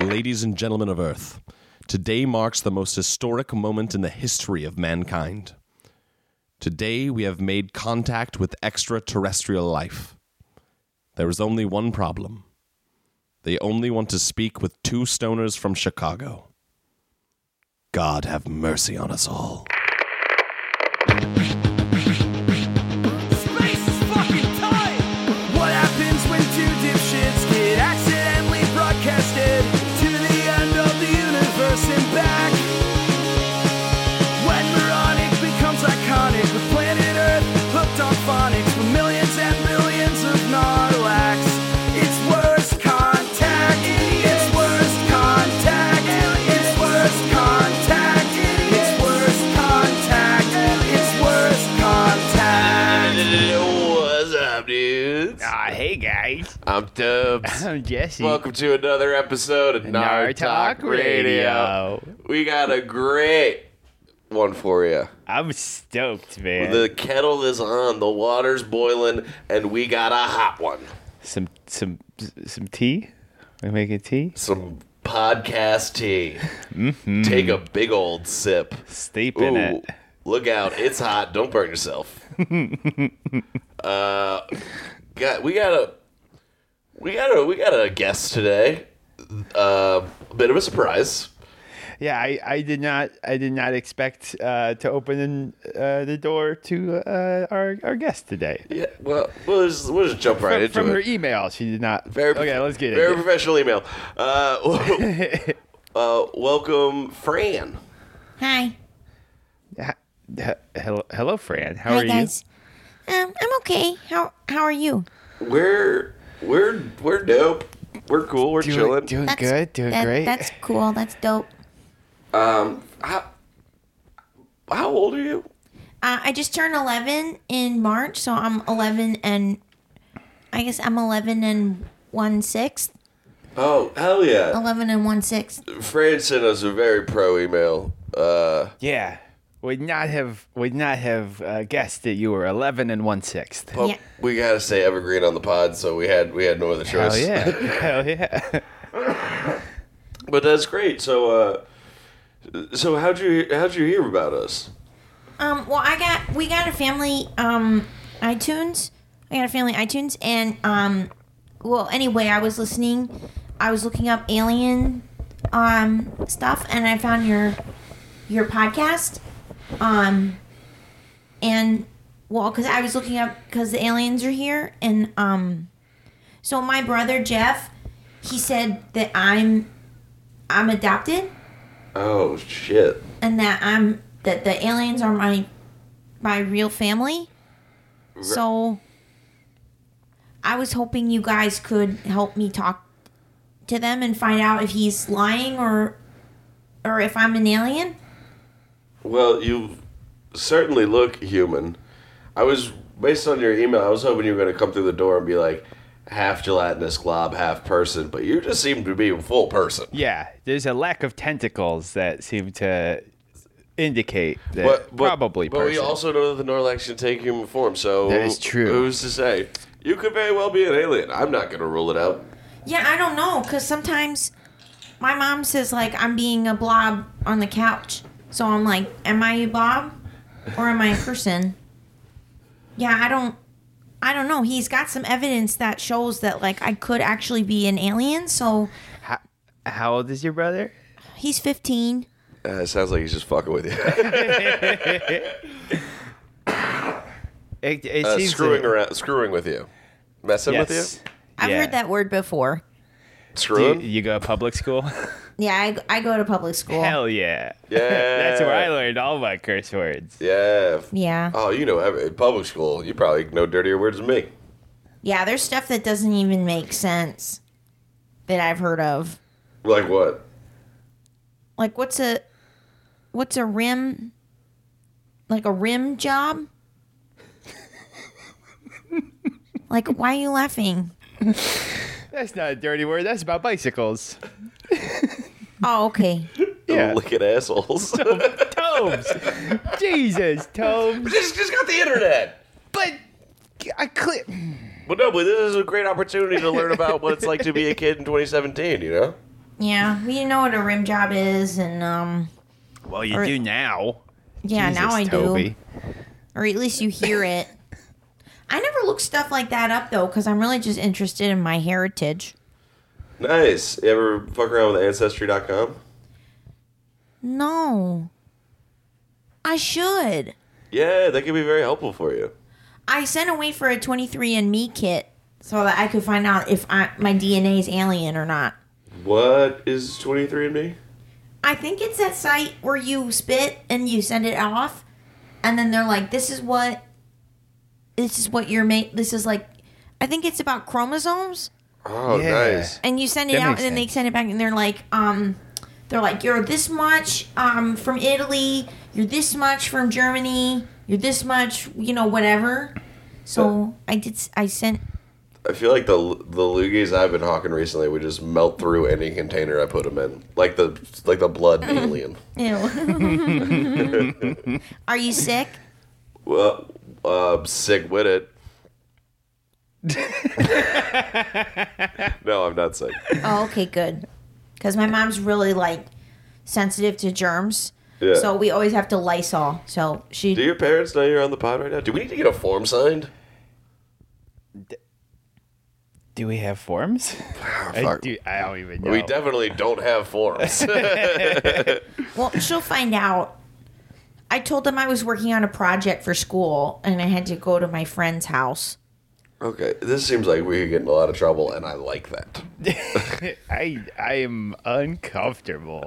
ladies and gentlemen of Earth, today marks the most historic moment in the history of mankind. Today we have made contact with extraterrestrial life. There is only one problem. They only want to speak with two stoners from Chicago. God have mercy on us all. Space is fucking tight. What happens when two dipshits get accidentally broadcasted to the end of the universe and back? When moronic becomes iconic with planet Earth hooked on phonics for millions and millions of Narlax. It's worst contact. It's worst contact. It's worst contact. It's worst contact. It's worst contact. What's up, dudes? Ah, hey guys, I'm Dubs. I'm Jesse. Welcome to another episode of Nar Talk Radio. We got a great one for you. I'm stoked, man. The kettle is on, the water's boiling, and we got a hot one. some some some tea. We making tea. Some podcast tea. Take a big old sip. Steep in Ooh, Mm-hmm. it. look out! It's hot. Don't burn yourself. uh, got we got a we got a we got a guest today. Uh, a bit of a surprise. Yeah, I, I did not I did not expect uh, to open uh, the door to uh, our our guest today. Yeah. Well, we'll just, we'll just jump right From, into from it. her email, she did not. Very okay, let's get very it. professional email. Uh, uh, welcome, Fran. Hi. He- Hello, hello, Fran. How Hi are guys. Um, I'm okay. How how are you? We're we're we're dope. We're cool. We're you? chilling. Doing, doing good. Doing that- great. That's cool. That's dope. how, how old are you? Uh, I just turned 11 in March, so I'm 11 and I guess I'm 11 and one sixth. Oh hell yeah! 11 and one sixth. Fran sent us a very pro email. Uh, yeah. Would not have would not have uh, guessed that you were eleven and one sixth. but Yeah. we gotta stay evergreen on the pod, so we had we had no other choice. Hell Oh, yeah! Hell yeah! but that's great. So, uh, so how'd you how'd you hear about us? Um, well, I got we got a family um iTunes. I got a family iTunes, and um, well, anyway, I was listening. I was looking up alien um stuff, and I found your your podcast. Um, and well, because I was looking up because the aliens are here, and um, so my brother Jeff, he said that I'm I'm adopted Oh shit! and that I'm that the aliens are my my real family. So I was hoping you guys could help me talk to them and find out if he's lying or or if I'm an alien. Well, you certainly look human. I was based on your email. I was hoping you were gonna come through the door and be like half gelatinous glob, half person, but you just seem to be a full person. Yeah, there's a lack of tentacles that seem to indicate that But, but- probably But we person. also know that the Norlax can take human form, so That is true. Who's to say? You could very well be an alien. I'm not going to rule it out. Yeah, I don't know cuz sometimes my mom says like I'm being a blob on the couch. So I'm like, am I a blob or am I a person? Yeah, I don't I don't know. He's got some evidence that shows that like I could actually be an alien, so how, how old is your brother? He's 15. Uh, it sounds like he's just fucking with you, It, it uh, seems screwing that- around, screwing with you, messing Yes. with I've Yeah. heard that word before. you, Do you, screwing. you go to public school? Yeah, I, I go to public school. Hell yeah! yeah, That's where I learned all my curse words. Yeah. Yeah. Oh, you know, every- in public school, you probably know dirtier words than me. Yeah, there's stuff that doesn't even make sense that I've heard of. Like what? Like what's a what's a rim like a rim job? like why are you laughing? That's not a dirty word. That's about bicycles. Oh, okay. Yeah. Look at assholes. just, Tobes, Jesus, Tobes. just got the internet. But I clip. But no, but this is a great opportunity to learn about what it's like to be a kid in 2017. You know. Yeah, we didn't know what a rim job is, and um, Well, you Or- do now. yeah, Jesus, now I Toby. do, or at least you hear it. I never look stuff like that up though, because I'm really just interested in my heritage. Nice. You ever fuck around with Ancestry.com? No, I should. Yeah, that could be very helpful for you. I sent away for a 23andMe kit so that I could find out if I, my DNA is alien or not. What is 23andMe? I think it's that site where you spit and you send it off, and then they're like, "This is what, this is what you're made. This is like, I think it's about chromosomes, Oh, Yeah. nice. and you send it That out, and makes then they sense. send it back, and they're like, um, they're like, you're this much um from Italy, you're this much from Germany, you're this much, you know, whatever." So I did. s- I sent. I feel like the the loogies I've been hawking recently would just melt through any container I put them in, like the like the blood in alien. Ew. Are you sick? Well, uh, sick with it. no, I'm not sick. Oh, okay, good. Because my mom's really like sensitive to germs, Yeah. so we always have to Lysol. So she Do your parents know you're on the pod right now? Do we need to get a form signed? Do we have forms? I, fuck. do, I don't even know. We definitely don't have forms. well, she'll find out. I told them I was working on a project for school, and I had to go to my friend's house. okay, this seems like we could get in a lot of trouble, and I like that. I I am uncomfortable.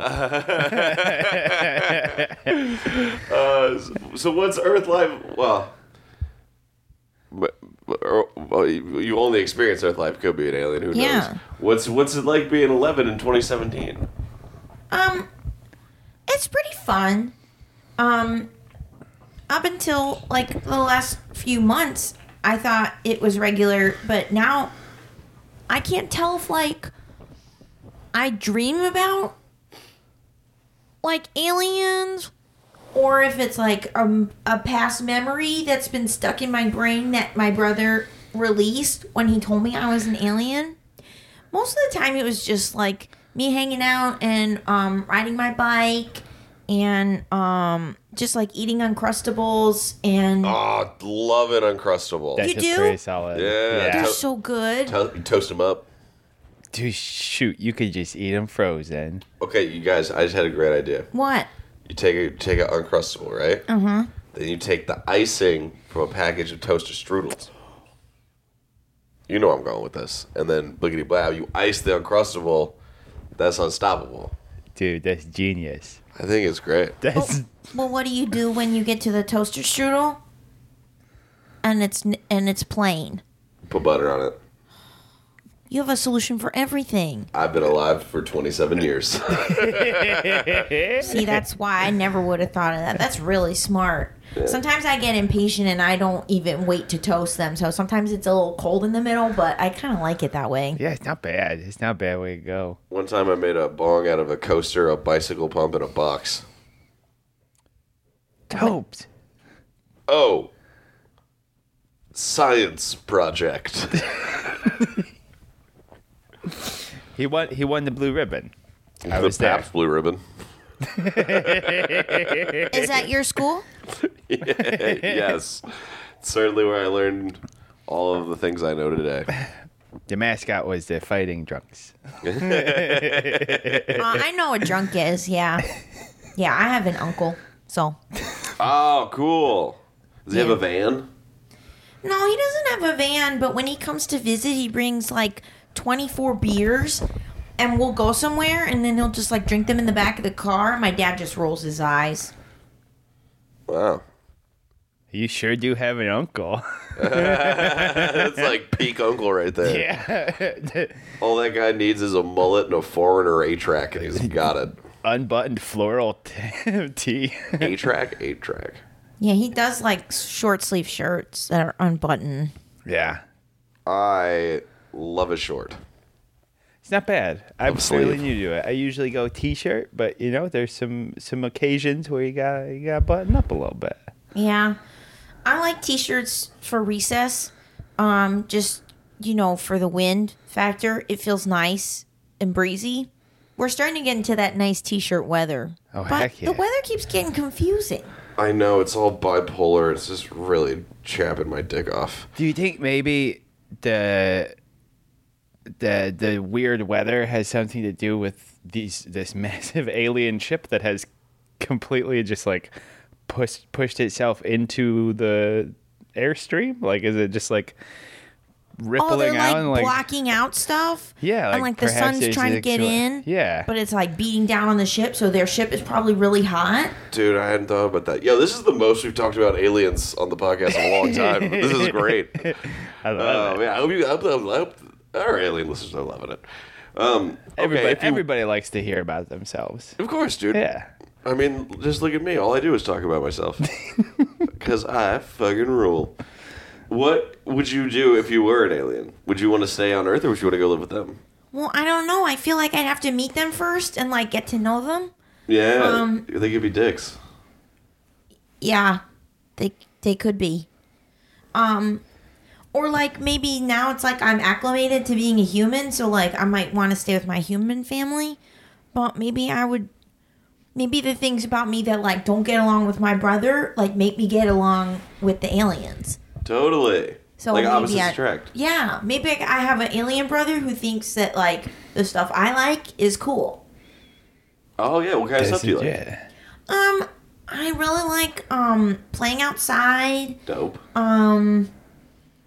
Uh, so what's Earth Life? Well, but- but- or- well, you you only experience Earth Life could be an alien. Who Yeah. knows? What's what's it like being 11 in 2017? Um, it's pretty fun. Um, up until like the last few months, I thought it was regular, but now I can't tell if like I dream about like aliens or if it's like a, a past memory that's been stuck in my brain that my brother released when he told me I was an alien most of the time it was just like me hanging out and um, riding my bike and um, just like eating uncrustables and Oh, love it, uncrustable. That's You just do? pretty solid. Yeah, they're to- so good Tell- you toast them up. Dude, shoot, you could just eat them frozen. Okay, you guys, I just had a great idea. what You take a take an uncrustable, right? Mm-hmm. Then you take the icing from a package of toaster strudels. You know where I'm going with this. And then blickety blow, you ice the uncrustable. That's unstoppable. Dude, that's genius. I think it's great. Oh. That's well what do you do when you get to the toaster strudel and it's n- and it's plain Put butter on it. you have a solution for everything I've been alive for 27 years. see that's why i never would have thought of that that's really smart sometimes i get impatient and i don't even wait to toast them so sometimes it's a little cold in the middle but i kind of like it that way yeah, it's not bad. It's not a bad way to go. One time I made a bong out of a coaster, a bicycle pump, and a box. Doped. Oh. Science project. He won he won the blue ribbon. I the was there. Pabst Blue Ribbon. Is that your school? yes. It's certainly where I learned all of the things I know today. The mascot was the fighting drunks. Uh, I know what drunk is. Yeah, yeah. I have an uncle. So Oh, cool. Does he have a van? no, he doesn't have a van. But when he comes to visit, he brings like twenty four beers, and we'll go somewhere, and then he'll just like drink them in the back of the car. and My dad just rolls his eyes. Wow. You sure do have an uncle. That's like peak uncle right there. yeah. All that guy needs is a mullet and a foreigner A track, and he's got it. Unbuttoned floral t- tee. A track, A track. Yeah, he does like short sleeve shirts that are unbuttoned. yeah. I love a short. It's not bad. I'm Absolutely. fairly new to it. I usually go t-shirt, but you know, there's some some occasions where you got you got to button up a little bit. Yeah. I like t shirts for recess. Um, just, you know, for the wind factor. It feels nice and breezy. We're starting to get into that nice t-shirt weather. Oh, but heck yeah. The weather keeps getting confusing. I know it's all bipolar. It's just really chapping my dick off. Do you think maybe the the the weird weather has something to do with these this massive alien ship that has completely just like pushed pushed itself into the airstream? Like, is it just like Oh, they're rippling like, out and like blocking out stuff. yeah, and like the perhaps sun's it's trying to get actually- in. Yeah, But it's like beating down on the ship, so their ship is probably really hot. Dude, I hadn't thought about that. Yo, this is the most we've talked about aliens on the podcast in a long time. this is great. I love Oh, it. man, I hope you. I hope, I hope our alien listeners are loving it. Um, okay, Everybody, if you- everybody likes to hear about themselves. of course, dude. Yeah. I mean, just look at me. All I do is talk about myself. Because I fucking rule. What would you do if you were an alien? Would you want to stay on Earth or would you want to go live with them? Well, I don't know. I feel like I'd have to meet them first and like get to know them. Yeah, Um, they could be dicks. Yeah, they they could be. Um, or like maybe now it's like I'm acclimated to being a human, so like I might want to stay with my human family, but maybe I would. Maybe the things about me that like don't get along with my brother like make me get along with the aliens. Totally. So like maybe opposites I- attract. Yeah, maybe I I have an alien brother who thinks that like the stuff I like is cool. Oh yeah, what kind of stuff do you like? Yeah. Um, I really like um playing outside. Dope. Um,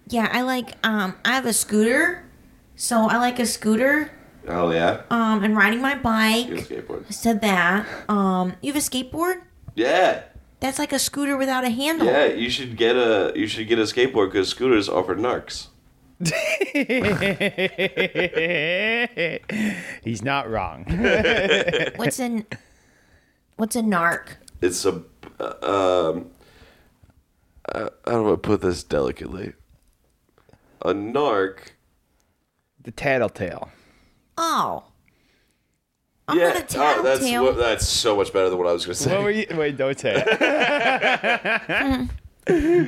yeah, I like. Um, I have a scooter, so I like a scooter. Oh yeah, Um, and riding my you have bike. I skateboards. said that. Um, you have a skateboard? Yeah, That's like a scooter without a handle. yeah. You should get a you should get a skateboard because scooters offer narcs. He's not wrong. What's an What's a narc? It's a uh, um. I, I don't want to put this delicately. A narc. the tattletale. Oh, I'm yeah, gonna oh, that's tattletale. what- that's so much better than what I was gonna say. What were you? Wait, don't say it.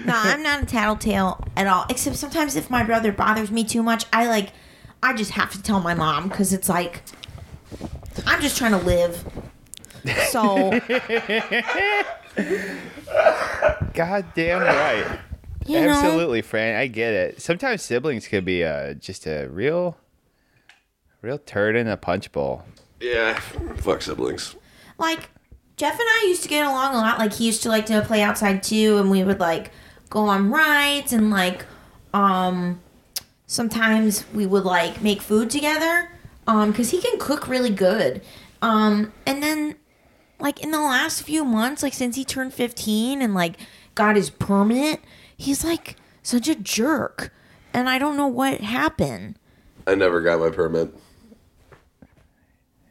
No, I'm not a tattletale at all. Except sometimes if my brother bothers me too much, I like, I just have to tell my mom because it's like, I'm just trying to live. So God damn right. you know, Absolutely, Fran. I get it. Sometimes siblings could be uh, just a real, real turd in a punch bowl. Yeah, fuck siblings. like Jeff and I used to get along a lot. Like he used to like to play outside too, and we would like go on rides and like, um, sometimes we would like make food together, um, because he can cook really good. Um, and then like in the last few months, like since he turned 15 and like got his permit, he's like such a jerk. And I don't know what happened. I never got my permit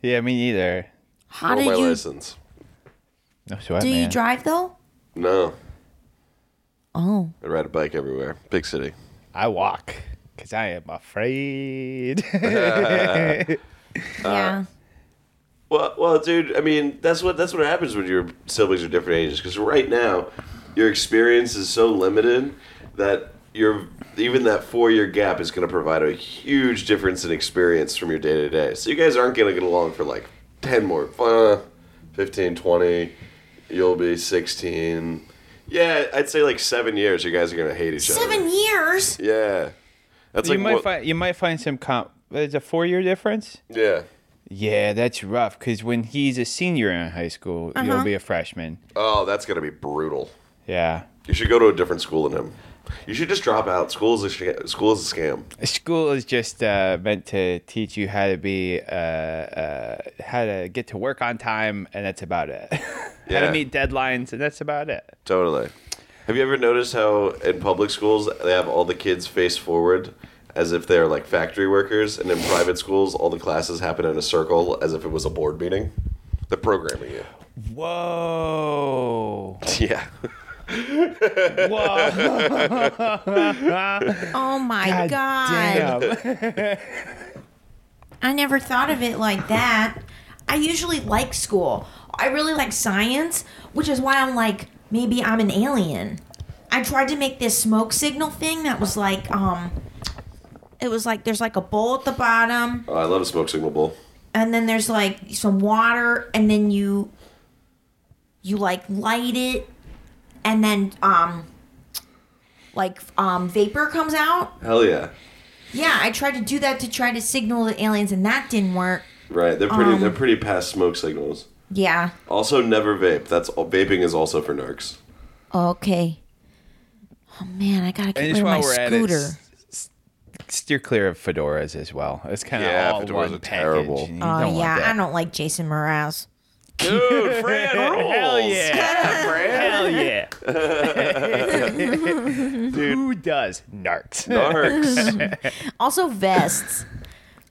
Yeah, me neither. How or did Oh, my you license. No sweat, do you man. drive though? No, Oh. I ride a bike everywhere. Big city. I walk because I am afraid. yeah. Well, well, dude. I mean, that's what that's what happens when your siblings are different ages. Because right now, your experience is so limited that your even that four year gap is going to provide a huge difference in experience from your day to day. So you guys aren't going to get along for like ten more, uh, 15, 20. You'll be sixteen. Yeah, I'd say like seven years. You guys are going to hate each Seven other. years? Yeah, that's you like might what- find you might find some comp. There's a four year difference. yeah. Yeah, that's rough. Because when he's a senior in high school, Uh-huh. you'll be a freshman. Oh, that's going to be brutal. Yeah. You should go to a different school than him. You should just drop out. School's a sh- school's a scam. School is just uh, meant to teach you how to be, uh, uh, how to get to work on time, and that's about it. how Yeah. to meet deadlines, and that's about it. Totally. Have you ever noticed how in public schools they have all the kids face forward as if they're like factory workers, and in private schools all the classes happen in a circle as if it was a board meeting? They're programming you. Whoa. Yeah. Whoa. Oh my god. Damn. I never thought of it like that. I usually like school. I really like science, which is why I'm like maybe I'm an alien. I tried to make this smoke signal thing that was like um it was like there's like a bowl at the bottom Oh, I love a smoke signal bowl. and then there's like some water and then you you like light it and then um like um vapor comes out Hell yeah. yeah i tried to do that to try to signal the aliens and that didn't work Right. They're pretty. Um, they're pretty past smoke signals. yeah Also, never vape. That's all, vaping is also for narcs. okay oh man i gotta get And rid just of my while we're at it, scooter s- s- steer clear of fedoras as well. It's kind of Yeah, all fedoras one are package. terrible. You don't oh want yeah i that. don't like jason mraz Dude, Fran rules. Hell yeah! Hell yeah! Oh, Who does narcs? Narcs. also vests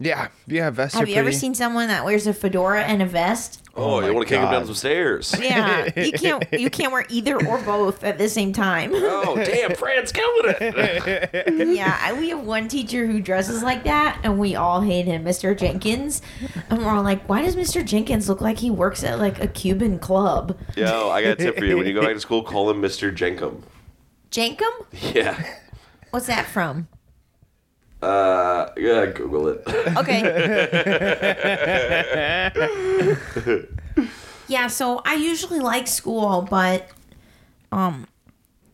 Yeah, yeah. Vests have are you ever pretty- seen someone that wears a fedora and a vest Oh, Oh you my want to kick him down God. some stairs? yeah you can't you can't wear either or both at the same time Oh, damn, Fran's killing it. Yeah, I, we have one teacher who dresses like that, and we all hate him, Mr. Jenkins. And we're all like, why does Mr. Jenkins look like he works at like a Cuban club? Yo, I got a tip for you. When you go back to school, call him Mr. Jenkum. Jankum? Yeah. What's that from? Uh, yeah, Google it. Okay. yeah, so I usually like school, but um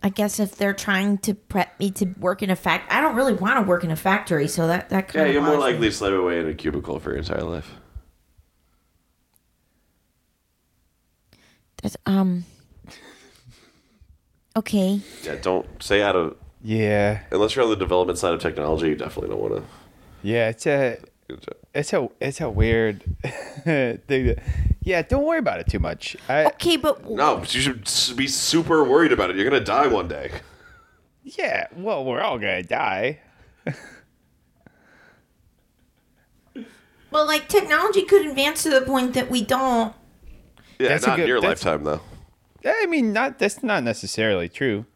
I guess if they're trying to prep me to work in a fact, I don't really want to work in a factory, so that that yeah, kind you're of more likely to slave away in a cubicle for your entire life. um Okay. Yeah, don't say out of. Yeah, Unless you're on the development side of technology, you definitely don't want yeah. It's a, to. it's a, it's a weird thing. to- yeah, don't worry about it too much. I, Okay, but No, but you should s- be super worried about it. You're gonna die one day. Yeah, well, we're all gonna die. Well, like technology could advance to the point that we don't. Yeah, That's a not in good- your that's- lifetime though. I mean, not that's not necessarily true.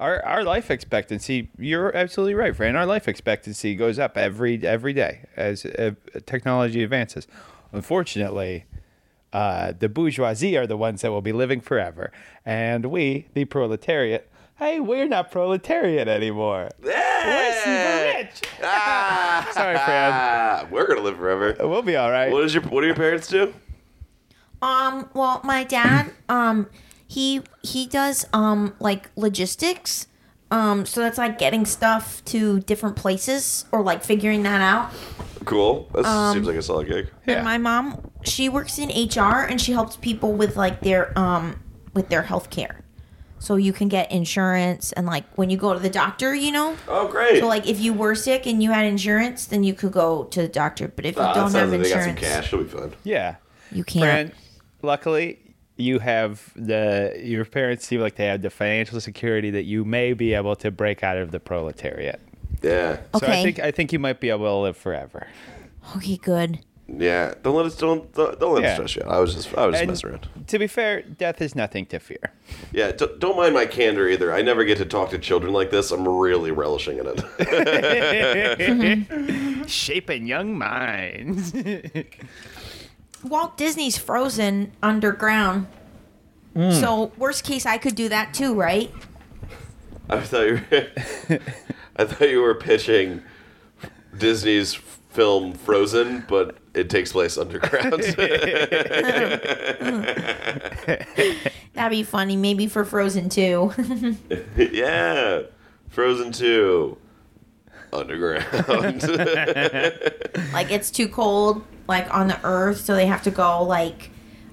Our our life expectancy, you're absolutely right, Fran. Our life expectancy goes up every every day as uh, technology advances. Unfortunately, uh, the bourgeoisie are the ones that will be living forever, and we, the proletariat, hey, we're not proletariat anymore. We're super rich. Sorry, Fran. Ah, we're gonna live forever. We'll be all right. What is your What do your parents do? Um. Well, my dad. Um. He he does um like logistics. Um. So that's like getting stuff to different places or like figuring that out. Cool. That Um, seems like a solid gig. Yeah. And my mom, she works in HR and she helps people with like their um with their health care. So you can get insurance and like when you go to the doctor, you know. Oh, great. So like if you were sick and you had insurance, then you could go to the doctor. But if you Ah, that don't sounds have like they got some insurance, cash. It'll be fun. yeah. you can't. Fran, luckily you have the your parents seem like they have the financial security that you may be able to break out of the proletariat. Yeah. Okay. So I think I think you might be able to live forever. okay. Good. Yeah. Don't let us. Don't don't, don't let us Yeah. stress you. out. I was just I was just And messing around. To be fair, death is nothing to fear. Yeah. Don't, don't mind my candor either. I never get to talk to children like this. I'm really relishing in it. Shaping young minds. Walt Disney's frozen underground. So worst case, I could do that too, right? I thought you were, I thought you were pitching Disney's film Frozen, but it takes place underground. That'd be funny. Maybe for Frozen too. yeah, Frozen Two, underground. like it's too cold, like on the Earth, so they have to go like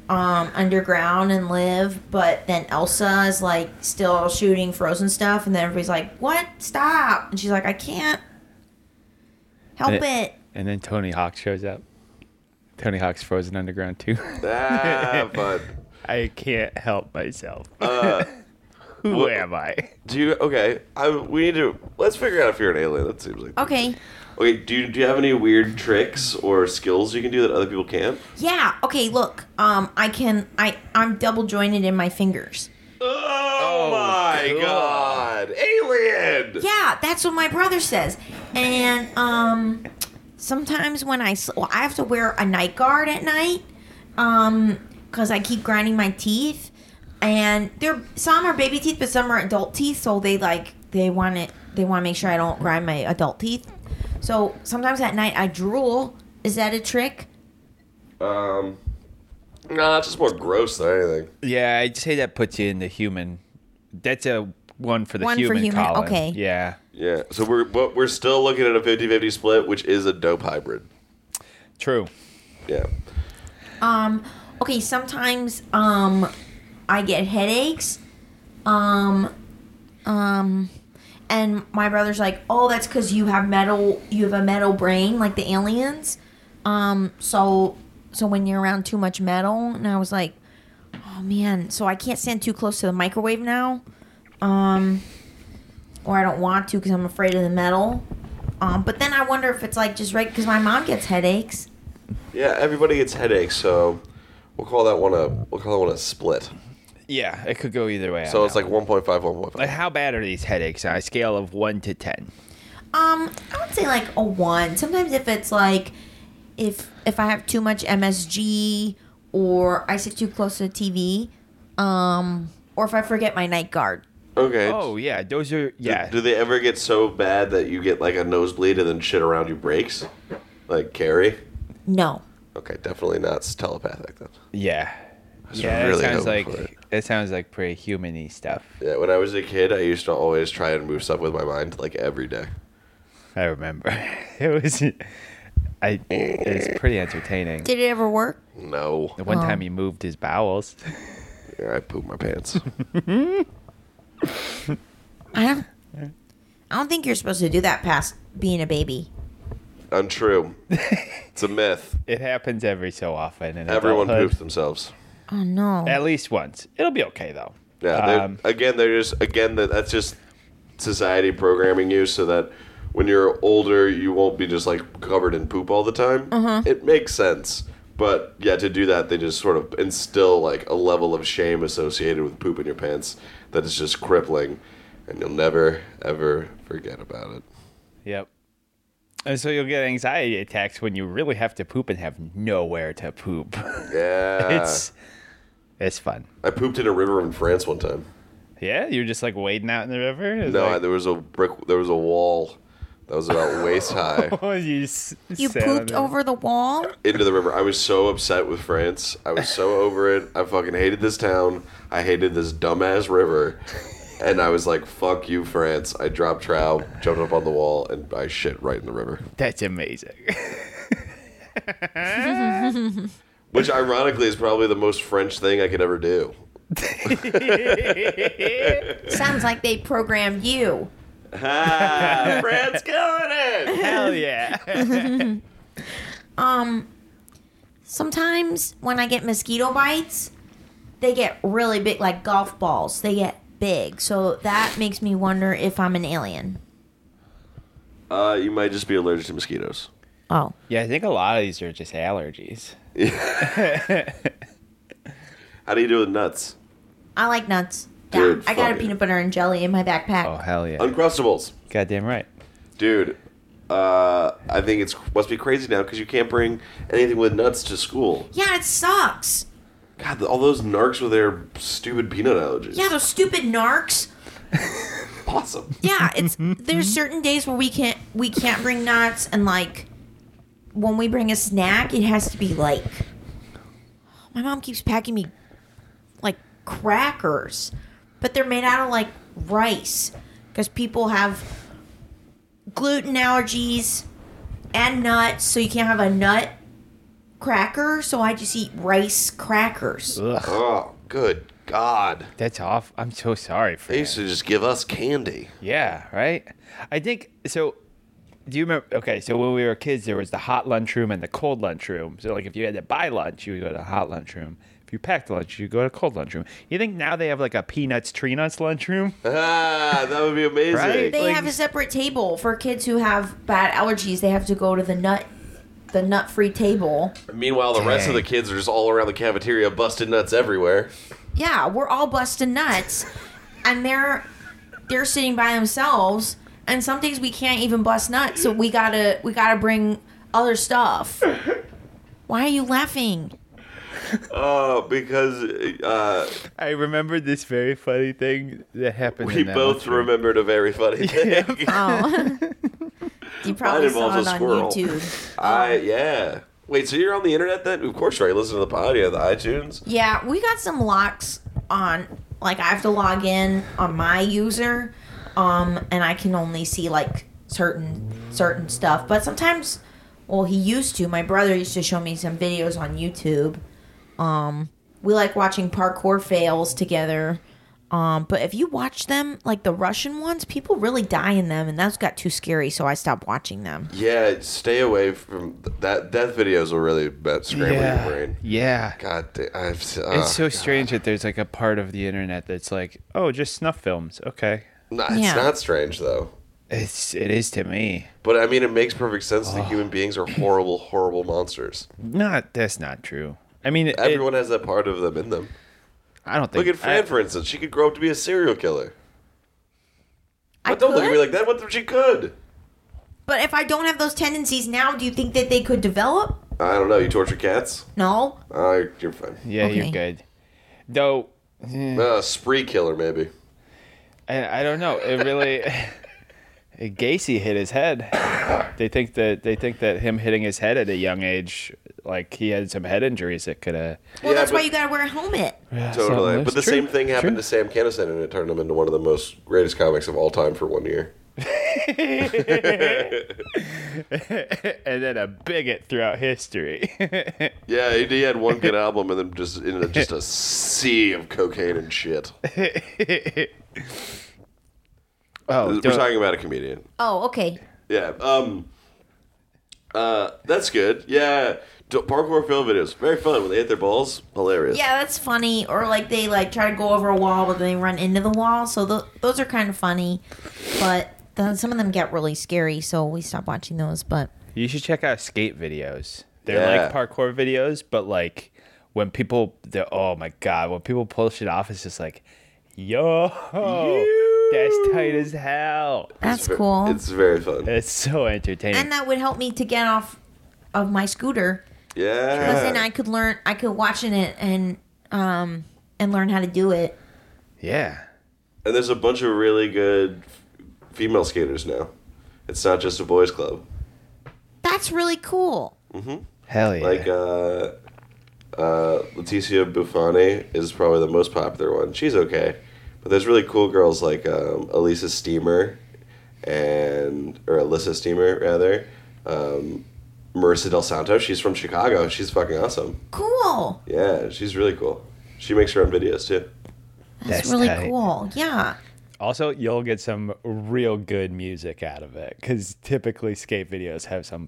um, underground and live. But then Elsa is like still shooting Frozen stuff, and then everybody's like, "What? Stop!" And she's like, "I can't help And it." and then Tony Hawk shows up. Tony Hawk's frozen underground too. ah, but I can't help myself. uh, Who wha- am I? do you? Okay, I, we need to let's figure out if you're an alien. That seems like Okay. Okay, do you, do you have any weird tricks or skills you can do that other people can't? Yeah. Okay. Look. Um. I can. I. I'm double jointed in my fingers. Oh, my god, alien! Yeah. That's what my brother says. And um, sometimes when I s- well, I have to wear a night guard at night, um, because I keep grinding my teeth, and they're some are baby teeth, but some are adult teeth. So they like they want it. They want to make sure I don't grind my adult teeth. So sometimes at night I drool. Is that a trick? Um, nah, it's just more gross than anything. Yeah, I'd say that puts you in the human. That's a one for the One for human. human, column. okay. Yeah. Yeah. So we're but we're still looking at a 50-50 split, which is a dope hybrid. True. Yeah. Okay, sometimes um I get headaches. Um um and my brother's like, "Oh, that's cuz you have metal you have a metal brain like the aliens." Um so so when you're around too much metal, and I was like, "Oh man, so I can't stand too close to the microwave now." Um or I don't want to cuz I'm afraid of the metal. Um but then I wonder if it's like just right cuz my mom gets headaches. Yeah. Everybody gets headaches, so we'll call that one a we'll call that one a split. Yeah, it could go either way. on So it's that like 1.5, one. like 1.5. how bad are these headaches on a scale of one to ten? Um, I would say like a one. Sometimes if it's like if if I have too much MSG or I sit too close to the TV, um, or if I forget my night guard. Okay. Oh yeah, those are Do- yeah. Do, they ever get so bad that you get like a nosebleed and then shit around you breaks? Like Carrie? No. Okay, definitely not telepathic then. yeah. Yeah, really that sounds hoping for it. like that sounds like pretty human-y stuff. Yeah, when I was a kid, I used to always try and move stuff with my mind like every day. I remember. It was I it's pretty entertaining. Did it ever work? No. The one Oh. time he moved his bowels. Yeah, I pooped my pants. I don't. I don't think you're supposed to do that past being a baby. Untrue. It's a myth. It happens every so often in Everyone adulthood. poops themselves. Oh no. At least once. It'll be okay though. Yeah. they're- Um, again, they're just again that that's just society programming you so that when you're older, you won't be just like covered in poop all the time. It makes sense, but yeah, to do that, they just sort of instill like a level of shame associated with poop in your pants that is just crippling, and you'll never ever forget about it. Yep. And so you'll get anxiety attacks when you really have to poop and have nowhere to poop. Yeah, it's it's fun. I pooped in a river in France one time. Yeah, you're just like wading out in the river. It's No, like, I, there was a brick. There was a wall that was about waist high. Oh, you s- you sat pooped on the- over the wall. into the river. I was so upset with France. I was so over it. I fucking hated this town. I hated this dumbass river. And I was like, fuck you, France. I dropped trow, jumped up on the wall, and I shit right in the river. That's amazing. Which, ironically, is probably the most French thing I could ever do. Sounds like they programmed you. Ah, France killing it! Oh, Hell yeah. Sometimes when I get mosquito bites, they get really big, like golf balls. They get big. So that makes me wonder if I'm an alien. Uh, you might just be allergic to mosquitoes. Oh. yeah, I think a lot of these are just allergies. How do you do with nuts? I like nuts. Yeah, Dude, I got a fuck peanut it. butter and jelly in my backpack. Oh, hell yeah. Uncrustables. Goddamn right. Dude, uh, I think it's must be crazy now because you can't bring anything with nuts to school. Yeah, it sucks. God, all those narcs with their stupid peanut allergies. Yeah, those stupid narcs. awesome. Yeah, it's there's certain days where we can't we can't bring nuts and like when we bring a snack, it has to be like my mom keeps packing me like crackers, but they're made out of like rice because people have gluten allergies and nuts, so you can't have a nut cracker. So I just eat rice crackers. Ugh, Oh, good God. that's off. I'm so sorry for They that. used to just give us candy. Yeah, right? I think so. Do you remember? Okay, so when we were kids, there was the hot lunchroom and the cold lunchroom. So, like, if you had to buy lunch, you would go to the hot lunchroom. If you packed lunch, you go to cold lunchroom. You think now they have like a peanuts, tree nuts lunchroom? Ah, that would be amazing. Right? They Like- have a separate table for kids who have bad allergies. They have to go to the nut the nut free table. Meanwhile, the rest of the kids are just all around the cafeteria, busting nuts everywhere. Yeah, we're all busting nuts and they're they're sitting by themselves and some days we can't even bust nuts, so we got to we got to bring other stuff. Why are you laughing? Oh, because uh, I remember this very funny thing that happened. we in that both lunchroom. remembered a very funny thing. Oh. you probably saw involves it a on squirrel. YouTube. I yeah. Wait, so you're on the internet then? Of course, right? Listen to the pod, yeah, the iTunes. Yeah, we got some locks on. Like I have to log in on my user, um, and I can only see like certain certain stuff. But sometimes, well, he used to. My brother used to show me some videos on YouTube. Um, we like watching parkour fails together. Um, but if you watch them, like the Russian ones, people really die in them, and those got too scary, so I stopped watching them. Yeah, stay away from that. Death videos will really bet scramble yeah. your brain. Yeah. God, da- I've. s- Uh, It's so strange that there's like a part of the internet that's like, oh, just snuff films. Okay. no, it's Yeah. not strange though. It's it is to me. But I mean, it makes perfect sense that human beings are horrible, horrible monsters. Not that's not true. I mean, it- Everyone has that part of them in them. I don't think. Look at Fran, I- for instance. She could grow up to be a serial killer. I But don't look at could, me like that. What if she could? but if I don't have those tendencies now, do you think that they could develop? I don't know. You torture cats? No, Oh, you're, you're fine. yeah, Okay. you're good. Though Uh, spree killer, maybe. I, I don't know. It really. Gacy hit his head. They think that they think that him hitting his head at a young age, like he had some head injuries that could have. Well, Yeah, that's why but- you gotta wear a helmet. Totally. but the same thing happened to Sam Kennison, and it turned him into one of the most greatest comics of all time for one year. and then a bigot throughout history. Yeah, he, he had one good album, and then just in a, just a sea of cocaine and shit. oh, We're don't- talking about a comedian. Oh, okay. Yeah. Um. Uh, that's good. Yeah, D- parkour film videos very fun when they hit their balls. Hilarious. Yeah, that's funny. Or like they like try to go over a wall, but they run into the wall. So th those are kind of funny, but then some of them get really scary, so we stop watching those. But You should check out skate videos. They're Yeah. like parkour videos, but like when people, they're, oh my god, when people pull shit off, it's just like, yo, that's tight as hell. that's It's ve- cool, It's very fun. It's so entertaining. and that would help me to get off of my scooter because then Yeah. I could learn. I could watch it and um and learn how to do it. yeah, And there's a bunch of really good f- female skaters now. It's not just a boys club. That's really cool. hell yeah. Like uh, uh, Leticia Buffoni is probably the most popular one. She's okay, but there's really cool girls like um, Elisa Steamer and or Alyssa Steamer rather. Um, Marissa Del Santo. She's from Chicago. She's fucking awesome. Cool. Yeah, she's really cool. She makes her own videos too. That's, That's really tight. cool. Yeah. also, you'll get some real good music out of it because typically skate videos have some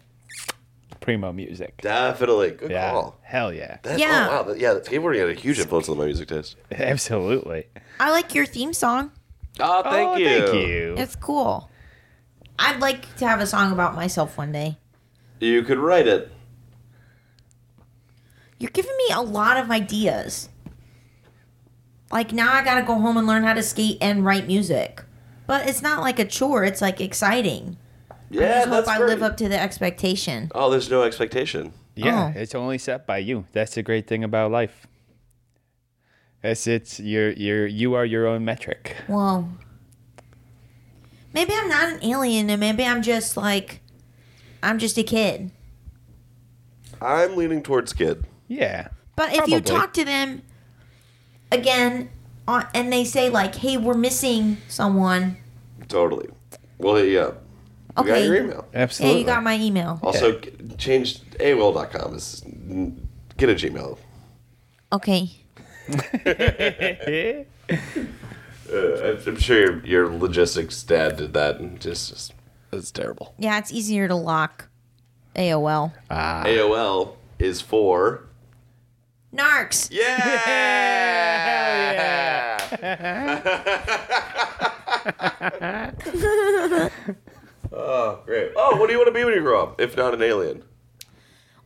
primo music. Definitely. Good Yeah, call. hell yeah, That, Yeah. Oh, wow. That- yeah, skateboarding had a huge influence on my music taste. absolutely. I like your theme song. Oh, Oh, Thank you. It's cool. I'd like to have a song about myself one day. You could write it. You're giving me a lot of ideas. Like now I gotta go home and learn how to skate and write music. But it's not like a chore, it's like exciting. I Yeah, just hope that's I great. live up to the expectation. Oh, there's no expectation. Yeah, Oh. it's only set by you. That's the great thing about life. That's it's you're you're you are your own metric. Whoa. Maybe I'm not an alien and maybe I'm just like I'm just a kid. I'm leaning towards kid. Yeah. But if Probably. you talk to them again on, and they say like, "Hey, we're missing someone." Totally. Well, hit you up. You got Okay. your email. Hey, Absolutely. you got my email. Also, g change AOL.com is n- get a Gmail. Okay. Uh, I'm sure your, your logistics dad did that and just, just it's terrible. Yeah, it's easier to lock AOL. Ah. AOL is for Narcs. yeah. oh, great. Oh, what do you want to be when you grow up? If not an alien.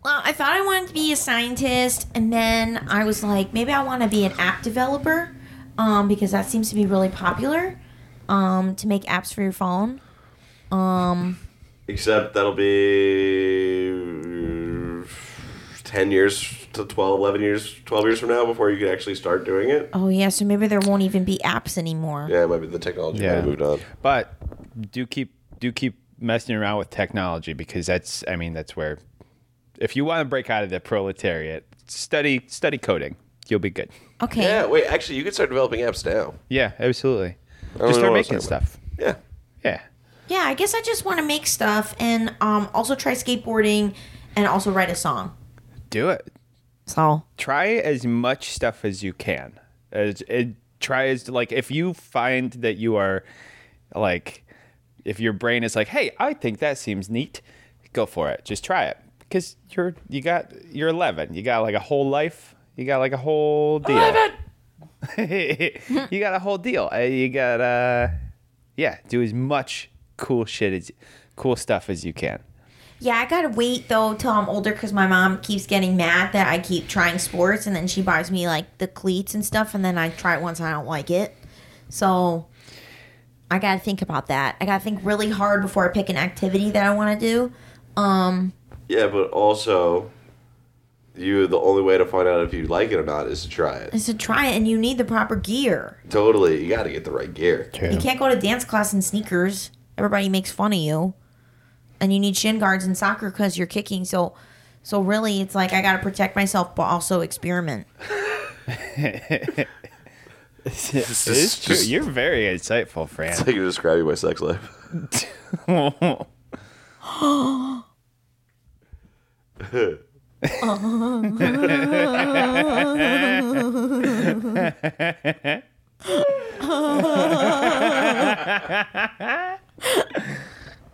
Well, I thought I wanted to be a scientist, and then I was like, maybe I want to be an app developer, um, because that seems to be really popular, um, to make apps for your phone. Um, Except that'll be uh, 10 years to 12, 11 years, 12 years from now before you can actually start doing it. oh yeah, so maybe there won't even be apps anymore. Yeah, it might be the technology might Yeah. have moved on. but do keep do keep messing around with technology because that's I mean that's where if you want to break out of the proletariat, study study coding. You'll be good. Okay. Yeah, wait, actually, you can start developing apps now. Yeah, absolutely. don't Just start know what I was making talking about. stuff. Yeah. Yeah. Yeah, I guess I just want to make stuff and um, also try skateboarding and also write a song. Do it. So try as much stuff as you can. As it, try as like if you find that you are like if your brain is like, "Hey, I think that seems neat." Go for it. Just try it cuz you're you got you're 11. You got like a whole life. You got like a whole deal. you got a whole deal. Uh, You got uh yeah, do as much cool shit as cool stuff as you can. yeah, I gotta wait though till I'm older because my mom keeps getting mad that I keep trying sports and then she buys me like the cleats and stuff and then I try it once and I don't like it. So I gotta think about that. I gotta think really hard before I pick an activity that I want to do. Yeah, but also, you the only way to find out if you like it or not is to try it. Is to try it and you need the proper gear. Totally, you got to get the right gear. You can't go to dance class in sneakers. Everybody makes fun of you, and you need shin guards in soccer because you're kicking. So, so really, it's like I gotta protect myself, but also experiment. It is true. You're very insightful, Fran. It's like you're describing my sex life.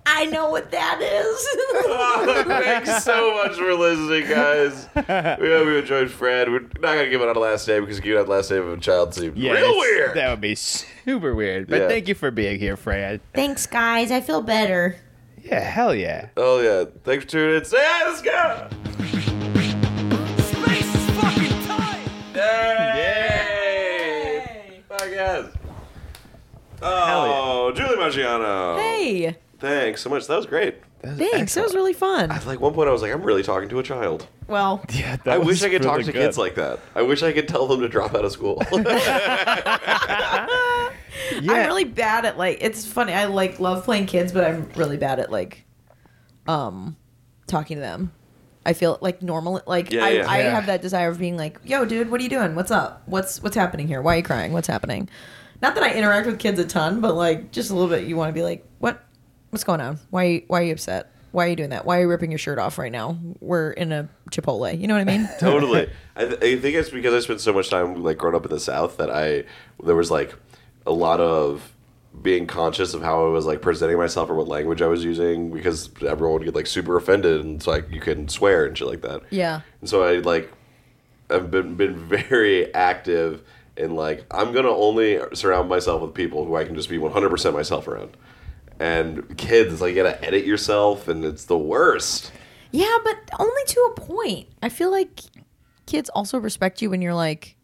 I know what that is. Thanks so much for listening, guys. We hope you enjoyed Fred. We're not gonna give out a last name because giving out last name of a child seemed Yeah, real that's- weird. That would be super weird. But Yeah. thank you for being here, Fran. Thanks, guys. I feel better. Yeah, hell yeah. oh yeah, thanks for tuning in. Say hi, let's go. Space is fucking tight! Yay! Fuck yes. Oh, Julie Maggiano. Hey, Thanks so much. That was great. thanks. That was really fun. At like one point, I was like, I'm really talking to a child. Well, Yeah, I wish I could talk to kids like that. I wish I could tell them to drop out of school. yeah. I'm really bad at like. It's funny. I like love playing kids, but I'm really bad at like, um, talking to them. I feel like normal. Like Yeah, I, yeah. I Yeah. have that desire of being like, "Yo, dude, what are you doing? What's up? What's what's happening here? Why are you crying? What's happening?" Not that I interact with kids a ton, but like just a little bit. You want to be like, "What? What's going on? Why? Why are you upset? Why are you doing that? Why are you ripping your shirt off right now? We're in a Chipotle. You know what I mean?" totally. I, th- I think it's because I spent so much time like growing up in the South that I there was like a lot of being conscious of how I was like presenting myself or what language I was using because everyone would get like super offended and it's like you couldn't swear and shit like that. yeah. And so I like I've been been very active in like I'm gonna only surround myself with people who I can just be 100 percent myself around. And kids, like you gotta edit yourself, and it's the worst. Yeah, but only to a point. I feel like kids also respect you when you're like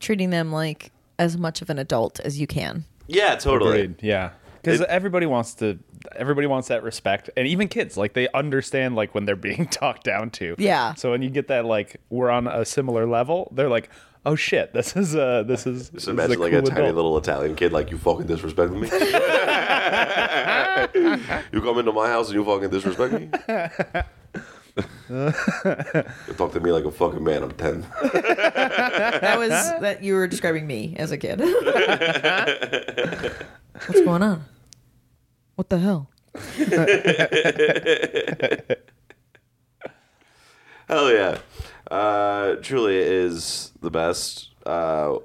treating them like as much of an adult as you can. Yeah, totally. Agreed, Yeah. Because everybody wants to, everybody wants that respect, and even kids like they understand like when they're being talked down to. Yeah. So when you get that like we're on a similar level, they're like, oh shit, this is uh this is. Just imagine like a tiny little Italian kid, like you fucking disrespect me. you come into my house and you fucking disrespect me. you talk to me like a fucking man. I'm ten. That was that you were describing me as a kid. What's going on? What the hell? Hell yeah. Uh, Julia is the best. Uh,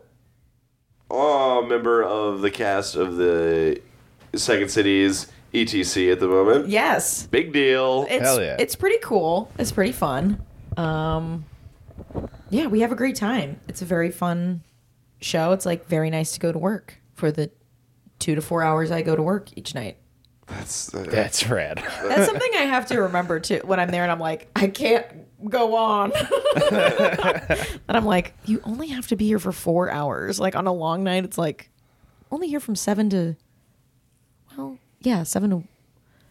oh, member of the cast of the Second Cities ETC at the moment. Yes. Big deal. It's Hell yeah. it's pretty cool. It's pretty fun. Um Yeah, we have a great time. It's a very fun show. It's like very nice to go to work for the 2 to 4 hours I go to work each night. That's- That's rad. Oh. That's something I have to remember too when I'm there and I'm like, I can't go on. and I'm like, you only have to be here for four hours. Like on a long night, it's like only here from seven to, well, yeah, seven to.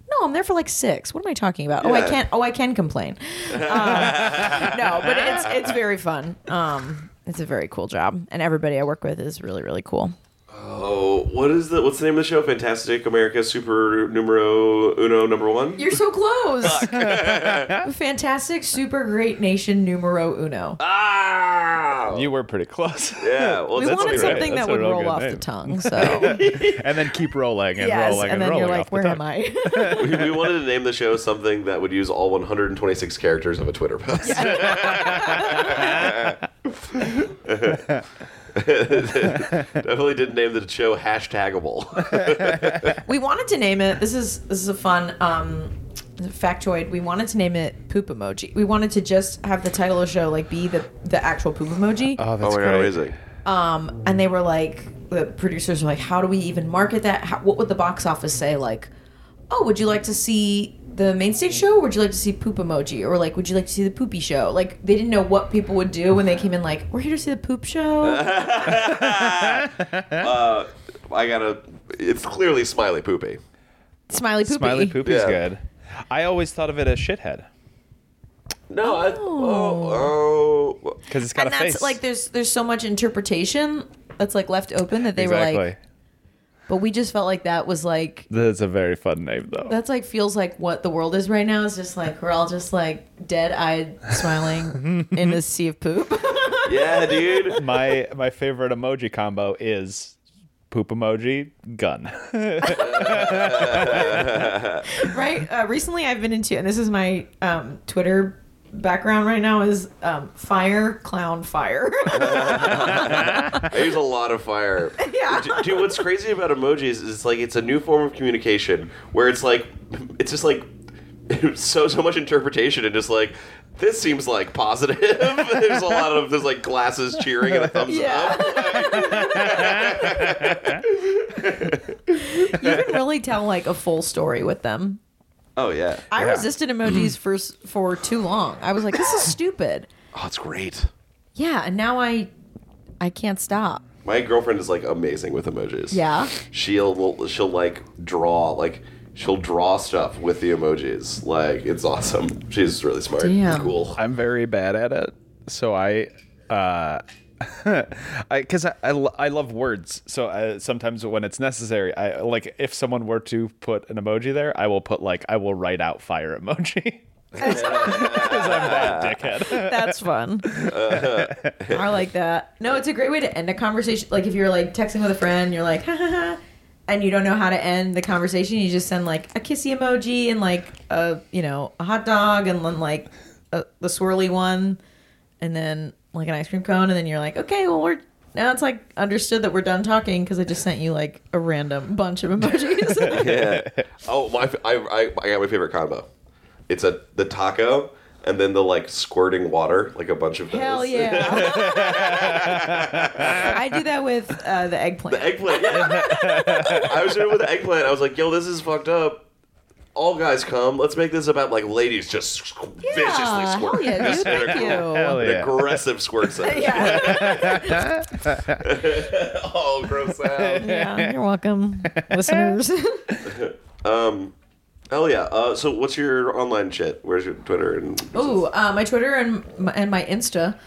No, I'm there for like six. What am I talking about? Oh, I Yeah. can't. Oh, I can complain. Um, no, but it's it's very fun. Um, it's a very cool job, and everybody I work with is really really cool. Oh, what is the what's the name of the show? Fantastic America Super Numero Uno Number One. You're so close. Fantastic, super great nation numero uno. Ah, You were pretty close. yeah. Well, we that's wanted great. something Oh, That's that a would real roll good off the name. tongue. So and then keep rolling and yes, rolling and and, then rolling. you're like, off the where top. am I? we, we wanted to name the show something that would use all 126 characters of a Twitter post. Definitely didn't name the show hashtagable. we wanted to name it. This is this is a fun um, factoid. We wanted to name it poop emoji. We wanted to just have the title of the show like be the the actual poop emoji. Oh, that's oh my great. god, amazing. Um, and they were like, the producers were like, how do we even market that? How, what would the box office say? Like, oh, would you like to see the main stage show? Or would you like to see poop emoji? Or like, would you like to see the poopy show? Like, they didn't know what people would do when they came in. Like, we're here to see the poop show. I gotta. It's clearly smiley poopy. Smiley poopy. Smiley Poopy's Yeah. good. I always thought of it as shithead No, I. Oh, oh. because it's got And a that's face. like, there's there's so much interpretation that's like left open that they exactly. were like, but we just felt like that was like that's a very fun name though. That's like feels like what the world is right now. Is just like we're all just like dead eyed, smiling in a sea of poop. Yeah, dude. my my favorite emoji combo is poop emoji gun. right. Uh, recently, I've been into, and this is my um, Twitter background right now is um, fire clown fire. I use a lot of fire. Yeah. D- Dude, what's crazy about emojis is it's like it's a new form of communication where it's like it's just like so so much interpretation and just like this seems like positive. there's a lot of there's like glasses cheering and a thumbs Yeah. up. Like, you can really tell like a full story with them. oh yeah. I resisted emojis for s- for too long. I was like, this is stupid. Oh, it's great. Yeah, and now I I can't stop. My girlfriend is like amazing with emojis. Yeah. She'll she'll like draw like she'll draw stuff with the emojis. Like it's awesome. She's really smart. Damn. Cool. I'm very bad at it. So I, uh, I, cause I, I, lo- I love words. So uh sometimes when it's necessary, I like if someone were to put an emoji there, I will put like, I will write out fire emoji. Cause I'm that dickhead. That's fun. I like that. No, it's a great way to end a conversation. Like if you're like texting with a friend, you're like, ha ha ha, and you don't know how to end the conversation, you just send like a kissy emoji and like a you know a hot dog and then like a, the swirly one, and then like an ice cream cone, and then you're like, okay, well we're now it's like understood that we're done talking because I just sent you like a random bunch of emojis. Oh, my! I, I, I got my favorite combo. It's a the taco and then the like squirting water, like a bunch of those. Hell yeah! I do that with uh, the eggplant. The eggplant. Yeah. I was doing it with the eggplant. I was like, yo, this is fucked up. All guys come. Let's make this about like ladies just squ- viciously Yeah, squirt. hell yeah, Just dude, an thank ag- you. Hell An yeah. aggressive squirt set. Yeah. oh, gross out. yeah, you're welcome, listeners. Hell yeah. Uh, so, what's your online shit? Where's your Twitter? And Ooh, uh, my Twitter and my, and my Insta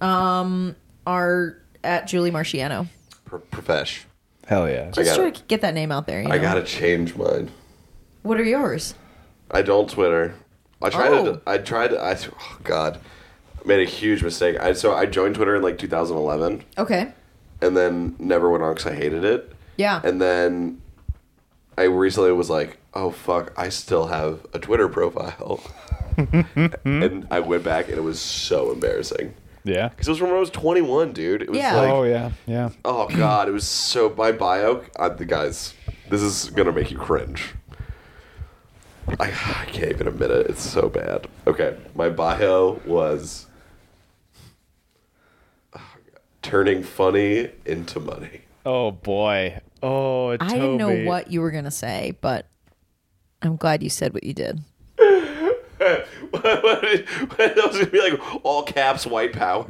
um, are at Julie Marciano. Pro- Profesh. Hell yeah. Just got try it. to get that name out there. You know? I gotta change mine. What are yours? I don't Twitter. I tried Oh. to. I tried to. I oh God, I made a huge mistake. I so I joined Twitter in like 2011, Okay. and then never went on because I hated it. Yeah. And then I recently was like, oh fuck, I still have a Twitter profile, and I went back and it was so embarrassing Yeah. because it was from when I was 21, dude. It was Yeah. like, Oh yeah. Yeah. Oh god, it was so my bio. Uh, the guys, this is gonna make you cringe. I, I can't even admit it. It's so bad. Okay, my bio was Oh, God. turning funny into money. Oh boy. Oh, I didn't know Toby. what you were gonna say, but I'm glad you said what you did. that was gonna be like all caps, white power.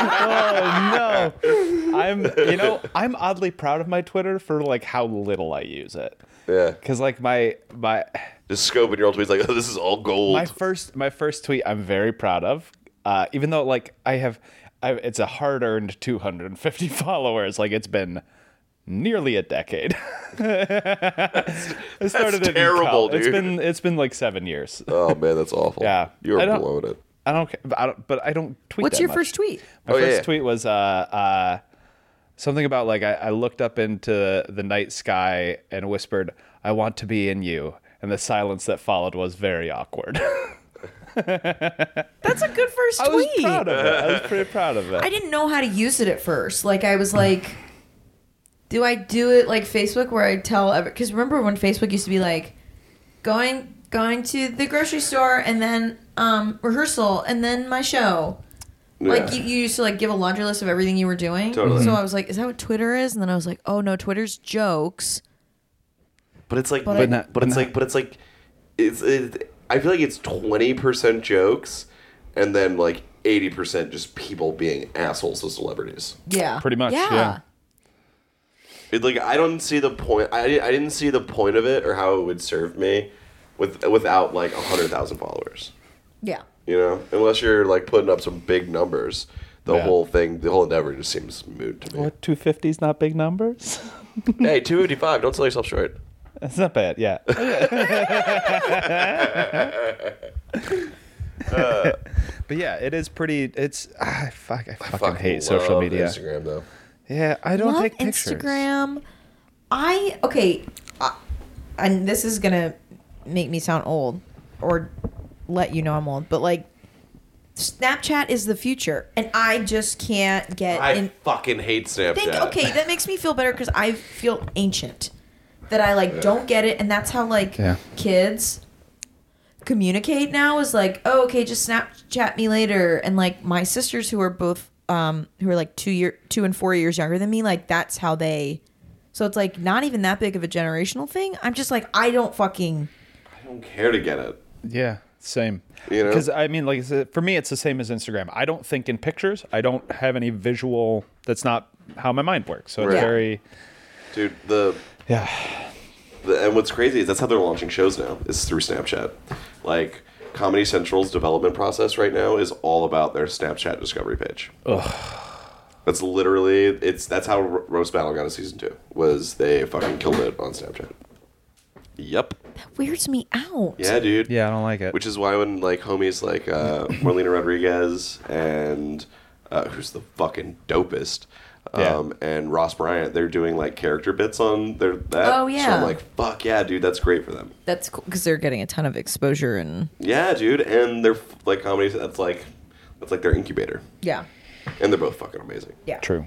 Oh no. I'm you know, I'm oddly proud of my Twitter for like how little I use it. yeah, Cause like my my just scoping your old tweets like, oh, this is all gold. my first my first tweet I'm very proud of. Uh, even though like I have I, it's a hard earned 250 followers. Like it's been nearly a decade. it started in terrible, col- It's dude. been it's been like seven years. Oh man, that's awful. Yeah, you're I don't- bloated. I don't, ca- but I don't, but I don't tweet. What's that your much. first tweet? My Oh, first yeah. tweet was uh, uh, something about like I, I looked up into the night sky and whispered, "I want to be in you," and the silence that followed was very awkward. That's a good first I was tweet. proud of it. I was pretty proud of I it. didn't know how to use it at first. Like I Hmm. was like, do I do it like Facebook where I tell? Because remember when Facebook used to be like, going going to the grocery store and then um, rehearsal and then my show. Like Yeah. you, you used to like give a laundry list of everything you were doing. Totally. So I was like, is that what Twitter is? And then I was like, oh no, Twitter's jokes. But it's like, But but, I- but, it's like, but it's like, it's. It, I feel like it's twenty percent jokes, and then like eighty percent just people being assholes to celebrities. Yeah. Pretty much, yeah. It, like I don't see the point. I, I didn't see the point of it or how it would serve me, with without like hundred thousand followers. Yeah. You know, unless you're like putting up some big numbers, the Yeah. whole thing, the whole endeavor just seems moot to me. What two fifties? Not big numbers. hey, two fifty five. Don't sell yourself short. That's not bad. Yeah. but yeah, it is pretty. It's ah, fuck. I fucking, hate social love media. Instagram though. Yeah, I don't love take pictures. Instagram. I okay, I, and this is gonna make me sound old, or let you know I'm old. But like, Snapchat is the future, and I just can't get. I in, fucking hate Snapchat. think okay, that makes me feel better because I feel ancient that I like don't get it, and that's how like Yeah. kids communicate now is like, oh, okay, just Snapchat me later. And like my sisters who are both um who are like two year two and four years younger than me, like that's how they so it's like not even that big of a generational thing. I'm just like I don't fucking I don't care to get it. Yeah, same. You know? Because I mean, like I said, for me, it's the same as Instagram. I don't think in pictures. I don't have any visual. That's not how my mind works. So Right. it's very. Dude, the, Yeah. the and what's crazy is that's how they're launching shows now. Is through Snapchat. Like Comedy Central's development process right now is all about their Snapchat discovery page. Ugh. That's literally it's that's how Ro- Roast Battle got a season two. Was they fucking killed it on Snapchat? Yep. that weirds me out. Yeah, dude. Yeah, I don't like it. Which is why when like homies like uh, Marlena Rodriguez and uh, who's the fucking dopest, Yeah. um, and Ross Bryant, they're doing like character bits on their that. Oh, So yeah. I'm like, fuck yeah, dude, that's great for them. That's cool because they're getting a ton of exposure and Yeah, dude, and they're f- like comedy. That's like that's like their incubator, yeah. and they're both fucking amazing. Yeah. True.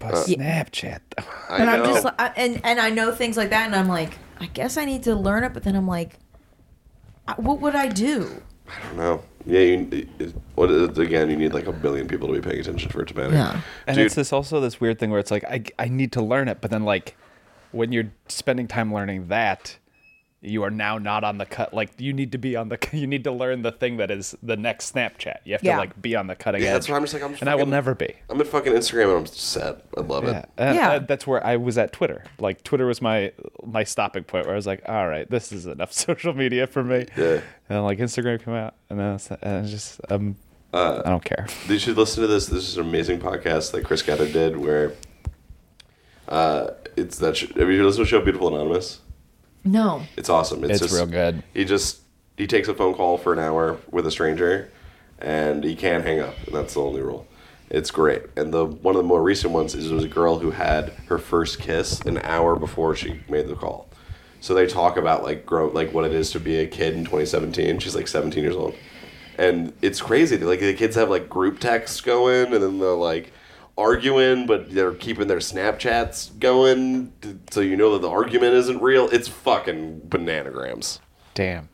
But Uh, Snapchat. though. I But I'm know. just li- I, and and I know things like that, and I'm like, I guess I need to learn it. But then I'm like, I- what would I do? I don't know. Yeah, you, it- it, what is- again? You need like a billion people to be paying attention for it to matter. Yeah. And Dude. it's this also this weird thing where it's like I I need to learn it, but then like when you're spending time learning that, you are now not on the cut. Like you need to be on the you need to learn the thing that is the next Snapchat. You have Yeah. to like be on the cutting Yeah, edge. that's why I'm just like, I'm just and I will fucking- never be. I'm at fucking Instagram and I'm sad. I love Yeah, it. And- Yeah. and that's where I was at Twitter. Like Twitter was my my stopping point where I was like, all right, this is enough social media for me. Yeah. And like Instagram came out, and then it's, and it's just um, Uh. I don't care. You should listen to this. This is an amazing podcast that Chris Gather did where uh, it's that. Sh- have you listened to the show Beautiful Anonymous? No, It's awesome. It's, It's just, real good. He just he takes a phone call for an hour with a stranger, and he can't hang up. And that's the only rule. It's great. And the one of the more recent ones is it was a girl who had her first kiss an hour before she made the call. So they talk about like grow like what it is to be a kid in 2017. She's like 17 years old, and it's crazy. Like the kids have like group texts going, and then they're like arguing, but they're keeping their Snapchats going, t- so you know that the argument isn't real. It's fucking bananagrams. Damn.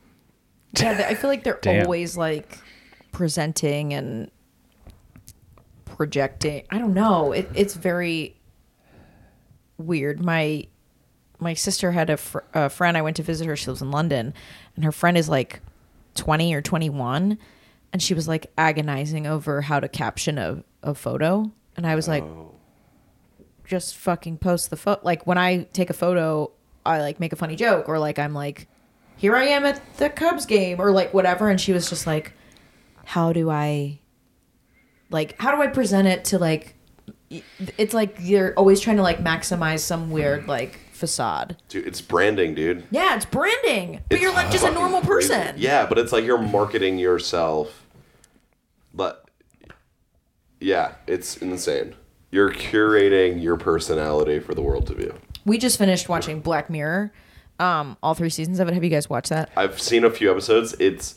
yeah, they- I feel like they're Damn. always like presenting and projecting. I don't know. It, it's very weird. My my sister had a, fr- a friend. I went to visit her. She lives in London, and her friend is like twenty or twenty one, and she was like agonizing over how to caption a, a photo, and I was like, just fucking post the photo. Like when I take a photo, I like make a funny joke or like I'm like, here I am at the Cubs game or like whatever. And she was just like, how do I like how do I present it to like y- it's like you're always trying to like maximize some weird like facade. Dude, it's branding, dude. Yeah, it's branding. But It's you're like just a fucking normal crazy. person. Yeah, but it's like you're marketing yourself. But yeah, it's insane. You're curating your personality for the world to view. We just finished watching Black Mirror. Um, all three seasons of it. Have you guys watched that? I've seen a few episodes. It's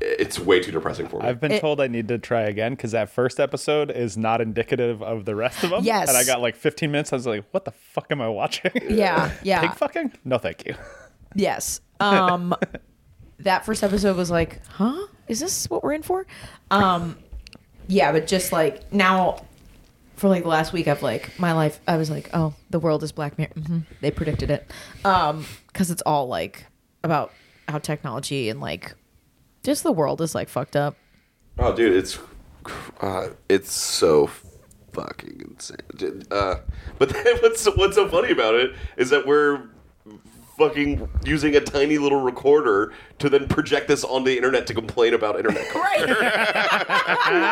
it's way too depressing for me. I've been It- told I need to try again because that first episode is not indicative of the rest of them. Yes. And I got like 15 minutes. I was like, what the fuck am I watching? Yeah, yeah. Pig fucking? No, thank you. Yes. Um, that first episode was like, huh? Is this what we're in for? Um, yeah, but just like now, for like the last week, I've like my life. I was like, oh, the world is Black Mirror. hmm They predicted it, because it's all like about how technology and like just the world is like fucked up. Oh, dude, it's uh, it's so fucking insane. Dude, Uh, but then what's what's so funny about it is that we're fucking using a tiny little recorder to then project this on the internet to complain about internet. crime. Right.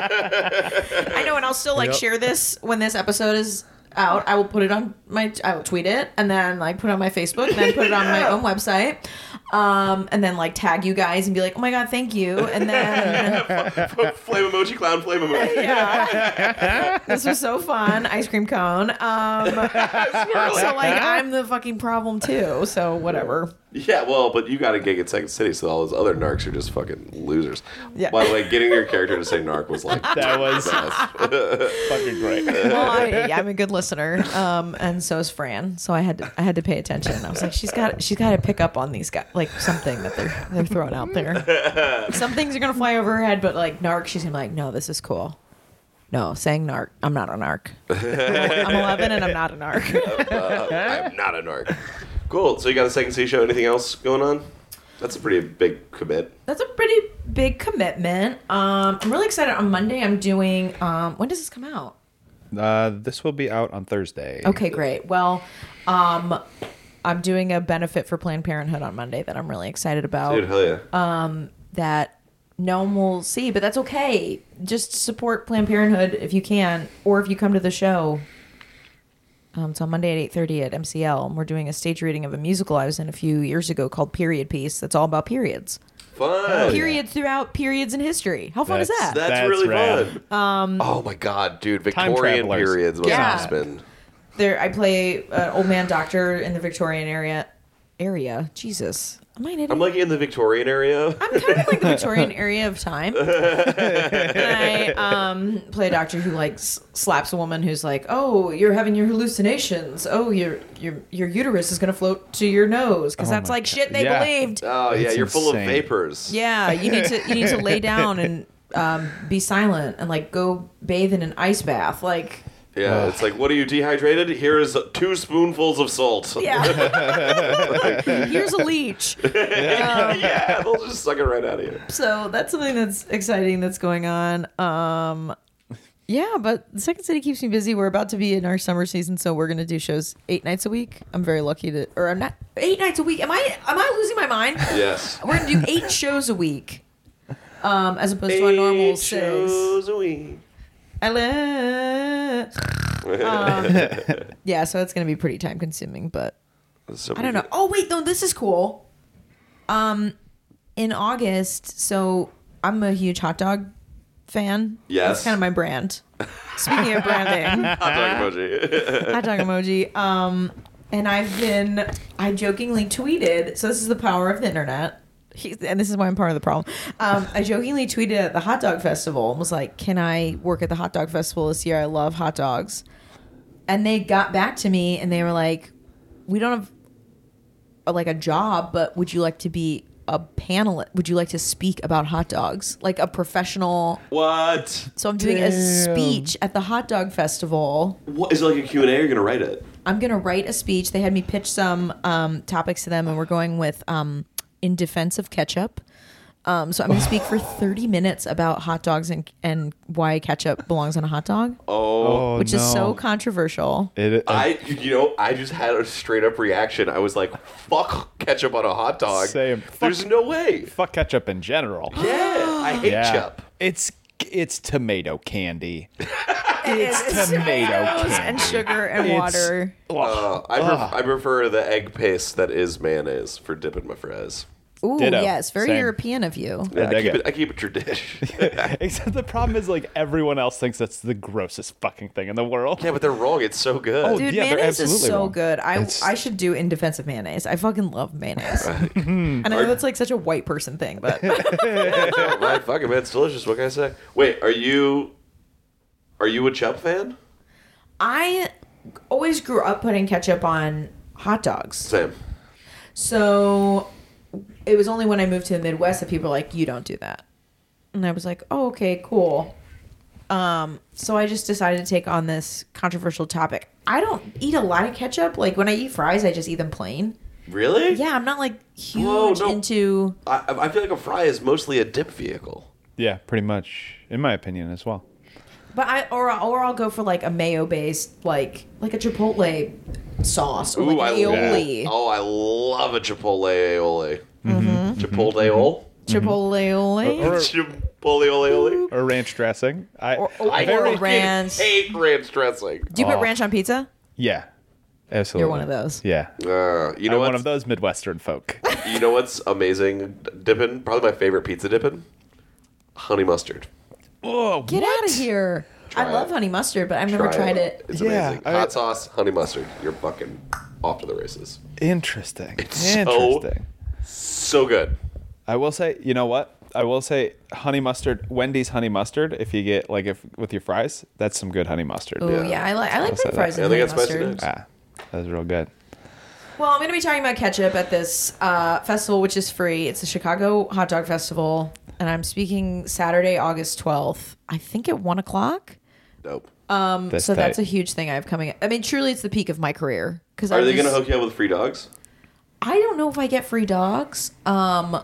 I know, and I'll still like Yep. share this when this episode is out. I will put it on my. I will tweet it, and then like put it on my Facebook, and then put it on my own website, um, and then like tag you guys and be like, "Oh my god, thank you!" And then flame emoji clown, flame emoji. this was so fun, ice cream cone. Um, so like I'm the fucking problem too. So whatever. Yeah, well, but you got a gig at Second City, so all those other narcs are just fucking losers. Yeah. By the way, getting your character to say narc was like That was fucking great. Well, I, yeah, I'm a good listener, um, and so is Fran. So I had to, I had to pay attention. I was like, she's got she's got to pick up on these guys, like something that they're they're throwing out there. Some things are gonna fly over her head, but like narc, she's gonna be like, no, this is cool. No, saying narc, I'm not a narc. I'm 11 and I'm not a narc. I'm not a narc. Cool. So you got a Second City show? Anything else going on? That's a pretty big commit. That's a pretty big commitment. Um, I'm really excited. On Monday, I'm doing. Um, when does this come out? Uh, this will be out on Thursday. Okay, great. Well, um, I'm doing a benefit for Planned Parenthood on Monday that I'm really excited about. Dude, hell yeah. Uh, that no one will see, but that's okay. Just support Planned Parenthood if you can, or if you come to the show. Um, it's on Monday at 8.30 at MCL, and we're doing a stage reading of a musical I was in a few years ago called Period Piece. That's all about periods. Fun. Periods throughout periods in history. How fun is That's- that? That's, That's really rad. fun. Um, oh my god, dude! Time Victorian travelers. periods must Yeah. have been. there, I play an old man doctor in the Victorian area. Area? Jesus. Am I an idiot? I'm like in the Victorian area. I'm kind of like the Victorian area of time. and I um, play a doctor who like s- slaps a woman who's like, "Oh, you're having your hallucinations. Oh, your your your uterus is gonna float to your nose because that's like shit they Yeah. believed. Oh yeah, That's you're full of insane. vapors. Yeah, you need to you need to lay down and um, be silent and like go bathe in an ice bath. Like, Yeah, it's like, what are you dehydrated? Here is two spoonfuls of salt. yeah, here's a leech. yeah, they'll just suck it right out of you. so that's something that's exciting that's going on. Um, yeah, but Second City keeps me busy. We're about to be in our summer season, so we're gonna do shows eight nights a week. I'm very lucky to, or I'm not eight nights a week. Am I? Am I losing my mind? Yes. We're gonna do eight shows a week, um, as opposed to our normal Eight six. shows a week. I love. Uh, yeah, so it's gonna be pretty time consuming, but So I don't know. Oh wait, no, this is cool. Um, in August, so I'm a huge hot dog fan. Yes. that's kind of my brand. Speaking of branding, Hot dog emoji. hot dog emoji. Um, and I've been, I jokingly tweeted. So this is the power of the internet. He- And this is why I'm part of the problem. Um, I jokingly tweeted at the hot dog festival and was like, "Can I work at the hot dog festival this year? I love hot dogs." And they got back to me and they were like, "We don't have uh, like a job, but would you like to be a panelist? Would you like to speak about hot dogs, like a professional?" what? So I'm doing a speech at the hot dog festival. What is it like a Q and A? You're gonna write it. I'm gonna write a speech. They had me pitch some um, topics to them, and we're going with um, in defense of ketchup. Um, so I'm gonna speak for 30 minutes about hot dogs and and why ketchup belongs on a hot dog, Oh, which is so no. controversial. It, I, you know, I just had a straight up reaction. I was like, "Fuck ketchup on a hot dog." Same. There's Fuck- no way. fuck ketchup in general. Yeah, I hate Yeah. chup. It's it's tomato candy. It's tomato tomatoes candy. and sugar and It's- water. Uh, I, pref- I prefer the egg paste that is mayonnaise for dipping my fries. Ooh, Ditto. yes, very Same. European of you. Yeah, I, dig keep it. it. I keep it tradition. Except the problem is like everyone else thinks that's the grossest fucking thing in the world. yeah, but they're wrong. It's so good. Oh, Dude, Yeah, they're mayonnaise is absolutely so wrong. good. I It's- I should do in defense of mayonnaise. I fucking love mayonnaise. and I know that's like such a white person thing, but Oh, right, fuck it, man. It's delicious. What can I say? Wait, are you are you a Chubb fan? I always grew up putting ketchup on hot dogs. Same. So it was only when I moved to the Midwest that people were like, you don't do that. And I was like, oh, okay, cool. Um, so I just decided to take on this controversial topic. I don't eat a lot of ketchup. Like when I eat fries, I just eat them plain. Really? Yeah, I'm not like huge Whoa, no. into. I, I feel like a fry is mostly a dip vehicle. Yeah, pretty much, in my opinion, as well. But I or or I'll go for like a mayo based like like a chipotle sauce or like I aioli. Oh, I love a Chipotle aioli. Mm-hmm. Chipotle aioli. Uh, Chipotle. Or, Chipotle aioli. or ranch dressing. I, Or, or, I or fucking ranch. hate ranch dressing. Do you put ranch on pizza? yeah, absolutely. You're one of those. Yeah, Uh, you know I'm what? one of those Midwestern folk. You know what's amazing dipping? Probably my favorite pizza dipping? Honey mustard. Whoa, Get out of here. I love honey mustard, but I've never Try tried it. It's Yeah, amazing. I- Hot sauce, honey mustard. You're fucking off to the races. interesting. so- interesting. So good. I will say, you know what? I will say, honey mustard, Wendy's honey mustard. If you get like if with your fries, that's some good honey mustard. Oh Yeah. yeah, I like I like say my that. fries Yeah, and they honey got spicy mustard. nuts. Ah, that was real good. Well, I'm going to be talking about ketchup at this uh, festival, which is free. It's the Chicago Hot Dog Festival, and I'm speaking Saturday, August 12th. I think at one o'clock. Dope. Oh, That's Mm, so that's a tight. huge thing I have coming. up. I mean, truly, it's the peak of my career. Because Are they going to hook you up with free dogs? I don't know if I get free dogs. Um,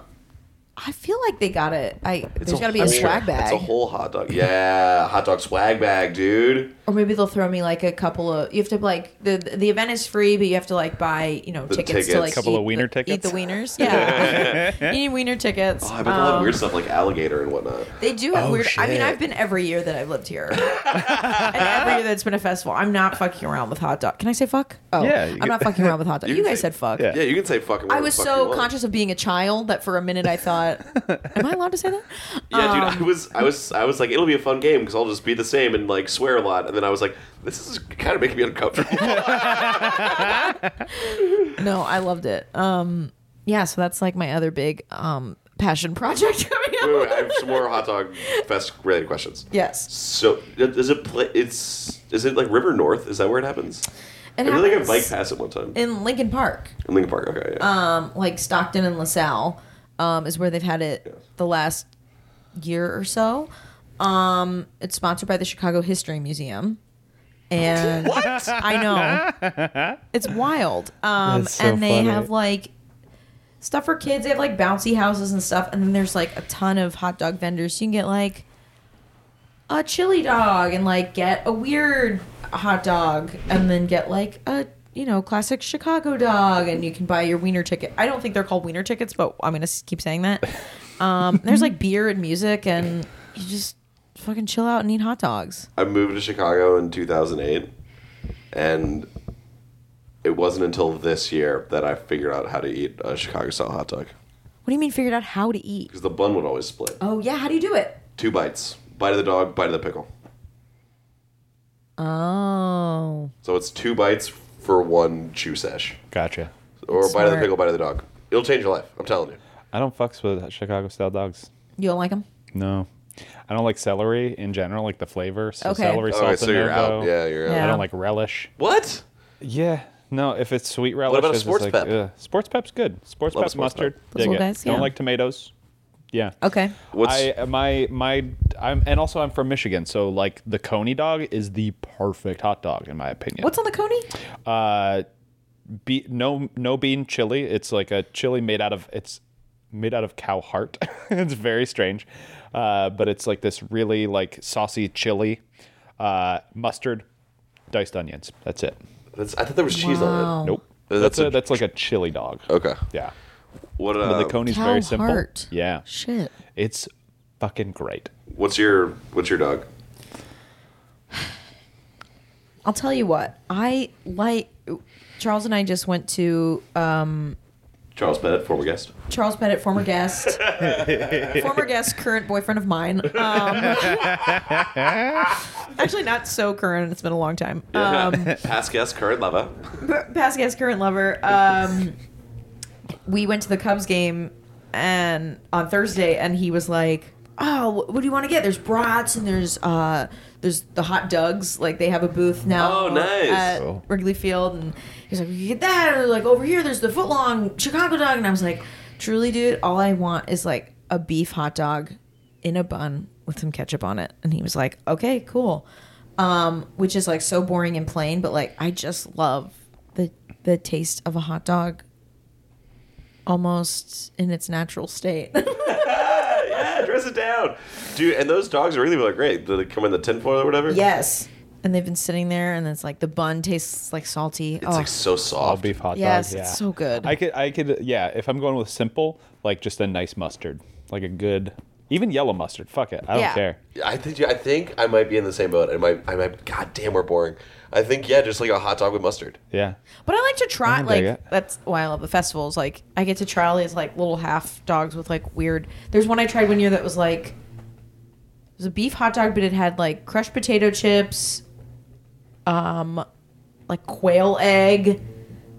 I feel like they got it. I there's a- got to be I a mean, swag That's bag, a whole hot dog. Yeah, hot dog swag bag, dude. or maybe they'll throw me like a couple of. You have to like the the event is free, but you have to like buy you know The tickets, tickets. to like Couple eat of wiener the, eat the tickets? wieners. Yeah, you need wiener tickets. Oh, I bet they Um, love weird stuff like alligator and whatnot. They do have Oh, weird. I mean, shit. I've been every year that I've lived here, and every year that's been a festival. I'm not fucking around with hot dog. Can I say fuck? Oh, Yeah, you I'm can- not fucking around with hot dog. You You, can guys say- said fuck. Yeah. Yeah, you can say fucking. I whatever was the fuck you so want. conscious of being a child that for a minute I thought, "Am I allowed to say that?" Yeah, Oh. dude, I was, I was, I was like, it'll be a fun game because I'll just be the same and like swear a lot. And then I was like, this is kind of making me uncomfortable. No, I loved it. Um, yeah, so that's like my other big um passion project coming up. Wait, wait, I have some more hot dog fest related questions. Yes, So is it play? It's is it like River North? Is that where it happens? it I feel like I happens bike past it one time in Lincoln Park. in Lincoln Park. Okay, yeah. um, like Stockton and LaSalle um, is where they've had it the last year or so. Um, it's sponsored by the Chicago History Museum. And I know. It's wild. Um, That's so and they funny. have like stuff for kids. They have like bouncy houses and stuff. And then there's like a ton of hot dog vendors. You can get like a chili dog and like get a weird hot dog and then get like a you know classic Chicago dog and you can buy your wiener ticket. I don't think they're called wiener tickets, but I'm gonna s- keep saying that. Um, there's like beer and music and you just fucking chill out and eat hot dogs. I moved to Chicago in 2008, and it wasn't until this year that I figured out how to eat a Chicago style hot dog What do you mean figured out how to eat? because the bun would always split. Oh yeah, how do you do it? Two bites: bite of the dog, bite of the pickle. Oh, So it's two bites for one chew sesh, Gotcha. or bite of the Smart. pickle, bite of the dog. It'll change your life. I'm telling you. I don't fucks with Chicago style dogs. you don't like them? No, I don't like celery in general, like the flavor. So Okay. celery, salt, Okay, and so you're no-go. out. Yeah, you're out. I Yeah. don't like relish. What? Yeah. No, if it's sweet relish, about a it's just sports like, pep? ugh. Sports pep's good. Sports Love pep sports pep. mustard. Those dig little it. guys, Don't yeah. like tomatoes. Yeah. Okay. What's I uh, my my I'm and also I'm from Michigan, so like the Coney dog is the perfect hot dog in my opinion. What's on the coney? uh be, no no bean chili. It's like a chili made out of it's made out of cow heart. it's very strange. Uh, but it's like this really like saucy chili, uh, mustard, diced onions. That's it. that's, I thought there was cheese on Wow. Nope. Uh, That's, that's a, Oh. a- that's like a chili dog. Okay. Yeah. What? But Uh, the Coney's Cow very simple. heart. Yeah. Shit. It's fucking great. What's your What's your dog? I'll tell you what. I like Charles and I just went to uh, Charles Bennett, former guest. Charles Pettit, former guest, former guest, current boyfriend of mine. Um, actually, not so current. It's been a long time. Um, Past guest, current lover. past guest, current lover. Um, we went to the Cubs game and on Thursday, and he was like, "Oh, wh- what do you want to get? There's brats and there's uh, there's the hot dogs. Like they have a booth now. Oh, nice. At Cool. Wrigley Field, and he's like, "We can get that." Or like over here, there's the footlong Chicago dog, and I was like, "Truly, dude, all I want is like a beef hot dog in a bun with some ketchup on it." And he was like, "Okay, cool." um, which is like so boring and plain, but like I just love the the taste of a hot dog almost in its natural state. Yeah, dress it down, dude. And those dogs are really like great. Do they come in the tinfoil or whatever? yes. And they've been sitting there and it's like the bun tastes like salty. It's oh. like so soft. all beef hot Yes, dogs. Yeah, it's so good. I could, I could, yeah. If I'm going with simple, like just a nice mustard, like a good, even yellow mustard. Fuck it, I don't Yeah. care. I think I think I might be in the same boat. I might I might. God damn, we're boring. I think yeah, just like a hot dog with mustard. Yeah, but I like to try I dig like it. that's why I love the festivals. Like I get to try all these like little half dogs with like weird there's one I tried one year that was like it was a beef hot dog, but it had like crushed potato chips, um like quail egg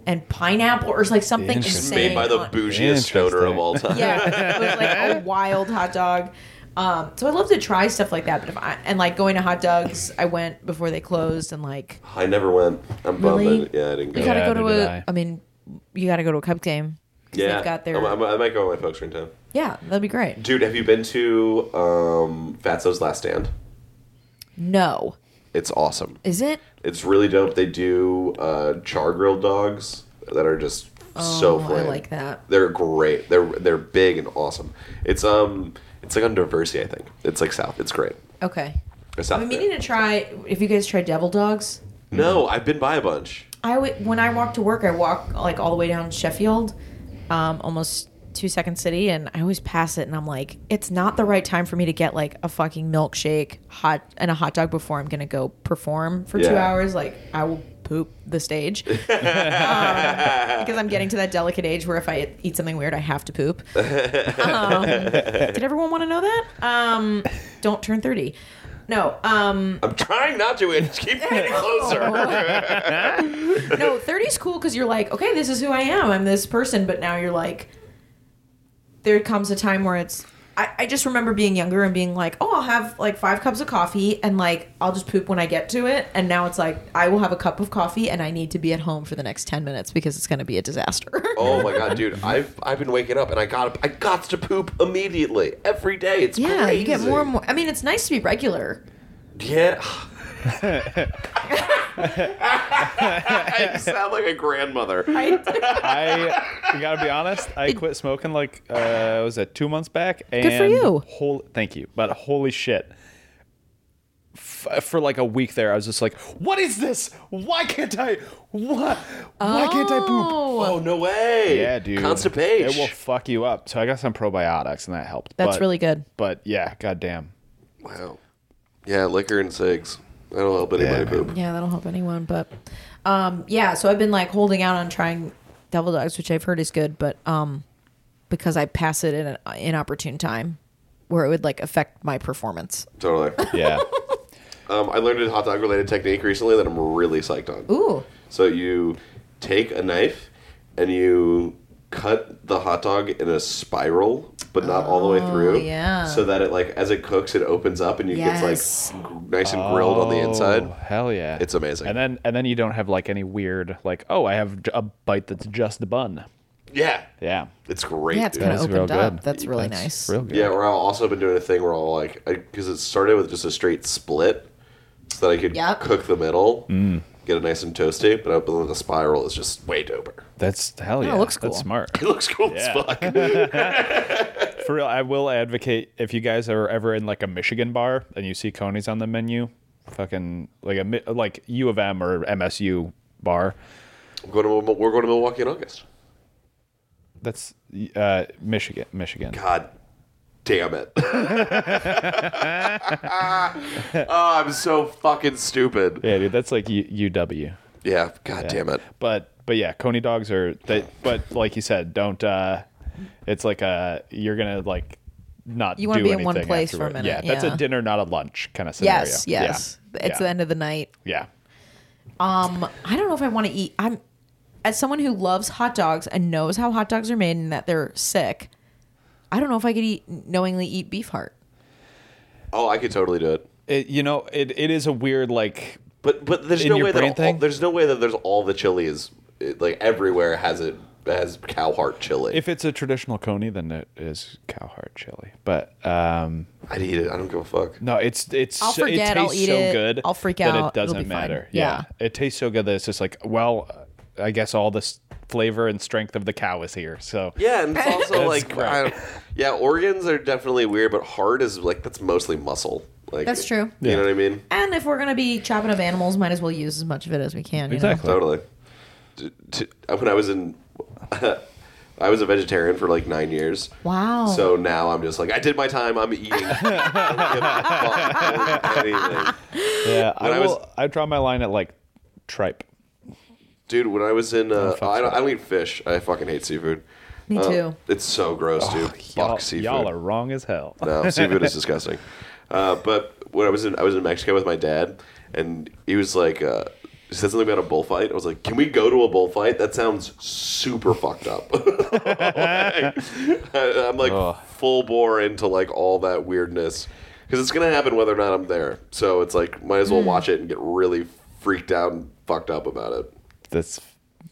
and pineapple or like something Interesting. insane. Made by the on- bougiest stoner of all time. yeah, it was like a wild hot dog. Um, so I love to try stuff like that. But if I and like going to hot dogs, I went before they cled, and like I never went. I'm bummed. Really? I didn't- yeah, I didn't go. you gotta Yeah, go to neither a. did I I. mean, you gotta go to a Cubs game. 'Cause yeah, they've got their. I'm- I'm- i might go with my folks are in town. yeah, that'd be great. Dude, have you been to um, Fatso's Last Stand? No, It's awesome. is it? It's really dope. They do uh, char grilled dogs that are just so Oh, I flame. like that. They're great. They're they're big and awesome. It's um it's like on Diversity, I think. It's like South. It's great. Okay. It's South I'm Bay. meaning to try. If you guys try devil dogs, No, I've been by a bunch. I w- when I walk to work, I walk like all the way down Sheffield, um, almost to Second City, and I always pass it, and I'm like, it's not the right time for me to get like a fucking milkshake, hot and a hot dog before I'm gonna go perform for two Yeah. hours. Like I will poop the stage um, because I'm getting to that delicate age where if I eat something weird, I have to poop. Um, did everyone want to know that? Um, don't turn thirty. No, um, I'm trying not to. It just keeps getting closer. no, 30 is cool because you're like, okay, this is who I am. I'm this person. But now you're like, there comes a time where it's. I, I just remember being younger and being like, oh, I'll have like five cups of coffee and like I'll just poop when I get to it. And now it's like, I will have a cup of coffee and I need to be at home for the next 10 minutes because it's going to be a disaster. oh my god, dude! I've I've been waking up and I got I got to poop immediately every day. It's yeah, you get crazy. more and more. I mean, it's nice to be regular. Yeah. I sound like a grandmother. I you gotta be honest. I quit smoking like uh, was it two months back? And for you. Holy, thank you. But holy shit. F- For like a week there, I was just like, "What is this? Why can't I? What? Why can't I poop?" Oh, Oh no way! Yeah, dude. Constipation. It will fuck you up. So I got some probiotics and that helped. That's But- really good. But yeah, goddamn. wow. Yeah, liquor and cigs. That'll help anybody Yeah, poop. Yeah, that'll help anyone. But um, yeah, so I've been like holding out on trying Devil Dogs, which I've heard is good, but um, because I pass it in an inopportune time where it would like affect my performance. Totally. Yeah. um, I learned a hot dog related technique recently that I'm really psyched on. Ooh, So you take a knife and you cut the hot dog in a spiral, but not all the way through. Oh, yeah. So that it like as it cooks, it opens up and you Yes. gets like gr- nice and grilled on the Oh, inside. hell yeah. It's amazing. And then and then you don't have like any weird like, "Oh, I have j- a bite that's just the bun." Yeah. Yeah. It's great. yeah, it's dude. kind of That's real opened up. good. That's really nice. Real good. Yeah, where I've also been doing a thing where I'll like, because it started with just a straight split, so that I could Yep. cook the middle, Mm. get it nice and toasty. But up in the spiral is just way doper. That's hell yeah. Oh, it looks cool. That's smart. It looks cool Yeah. as fuck. For real, I will advocate if you guys are ever in like a Michigan bar and you see Coney's on the menu, fucking like a mi- like U of M or MSU bar. we're, going to, we're going to Milwaukee in August. That's uh, Michigan, Michigan. God damn it. oh, I'm so fucking stupid. Yeah, dude, that's like U- UW. Yeah, god damn it. But but yeah, Coney dogs are they but like you said, don't uh it's like a you're gonna like not You want wanna to be in one place for a minute, Yeah, that's a yeah. dinner, not a lunch kind of scenario. Yes, yes. Yeah. It's yeah. the end of the night. Yeah. Um, I don't know if I want to eat. I'm as someone who loves hot dogs and knows how hot dogs are made and that they're sick. I don't know if I could eat knowingly eat beef heart. Oh, I could totally do it. It, you know, it, it is a weird like But but there's In no your way that brain all, thing? there's no way that there's all the chili is it, like everywhere has it has cow heart chili. if it's a traditional Coney, then it is cow heart chili. But um I'd eat it. I don't give a fuck. No, it's it's I'll so- forget, it I'll tastes eat so it, good. I'll freak that out, It doesn't it'll be fine. matter. Yeah. it tastes so good that it's just like, well, I guess all this flavor and strength of the cow is here. So Yeah, and it's also That's like correct. I don't, yeah, organs are definitely weird, but heart is like that's mostly muscle. Like That's true. You know what I mean? And if we're gonna be chopping up animals, might as well use as much of it as we can. you know? Totally. T- t- uh, When I was in, I was a vegetarian for like nine years. Wow. So now I'm just like, I did my time. I'm eating. I don't give a fuck anything. Yeah, I, When I will, was- I draw my line at like tripe. Dude, when I was in, uh, fuck I, don't, that. I don't eat fish. I fucking hate seafood. Me Uh, too. it's so gross, dude. Y'all, fuck seafood. y'all are wrong as hell. No, seafood is disgusting. Uh, but when I was in I was in Mexico with my dad, and he was like, uh, he said something about a bullfight. I was like, can we go to a bullfight? That sounds super fucked up. Like, I, am like full bore into like all that weirdness because it's gonna happen whether or not I'm there. So it's like might as well watch it and get really freaked out and fucked up about it. That's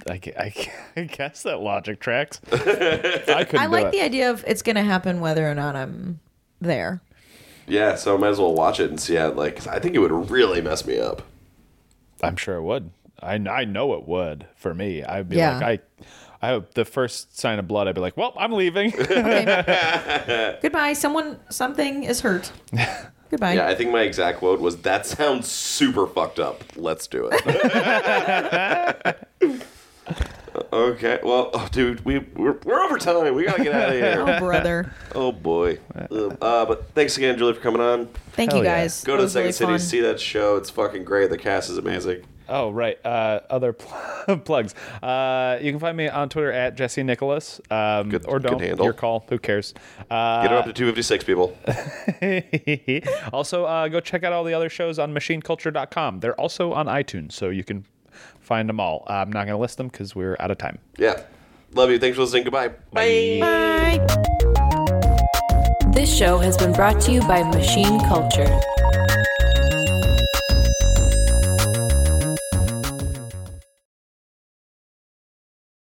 I, gu- I, gu- I guess that logic tracks. I couldn't. I like do the it. idea of it's gonna happen whether or not I'm there. Yeah, so I might as well watch it and see how it like. 'cause I think it would really mess me up. I'm sure it would. I, kn- I know it would for me. I'd be Yeah. like I. I the first sign of blood. I'd be like, well, I'm leaving. Goodbye. Someone, something is hurt. Goodbye. Yeah, I think my exact quote was, "That sounds super fucked up. Let's do it." okay, well, oh, dude, we we're, we're over time. We gotta get out of here. oh brother. oh boy. Um, Uh, but thanks again, Julie, for coming on. Thank Hell you yeah. guys. Go That to the was Second really fun. City, see that show. It's fucking great. The cast is amazing. Oh, right. Uh, other pl- plugs. Uh, you can find me on Twitter at Jesse Nicholas. Um, Good- or good don't. handle. Your call. Who cares? Uh, Get it up to 256 people. also, uh, go check out all the other shows on machineculture.com. They're also on iTunes, so you can find them all. Uh, I'm not going to list them because we're out of time. Yeah, love you. Thanks for listening. Goodbye. Bye. This show has been brought to you by Machine Culture.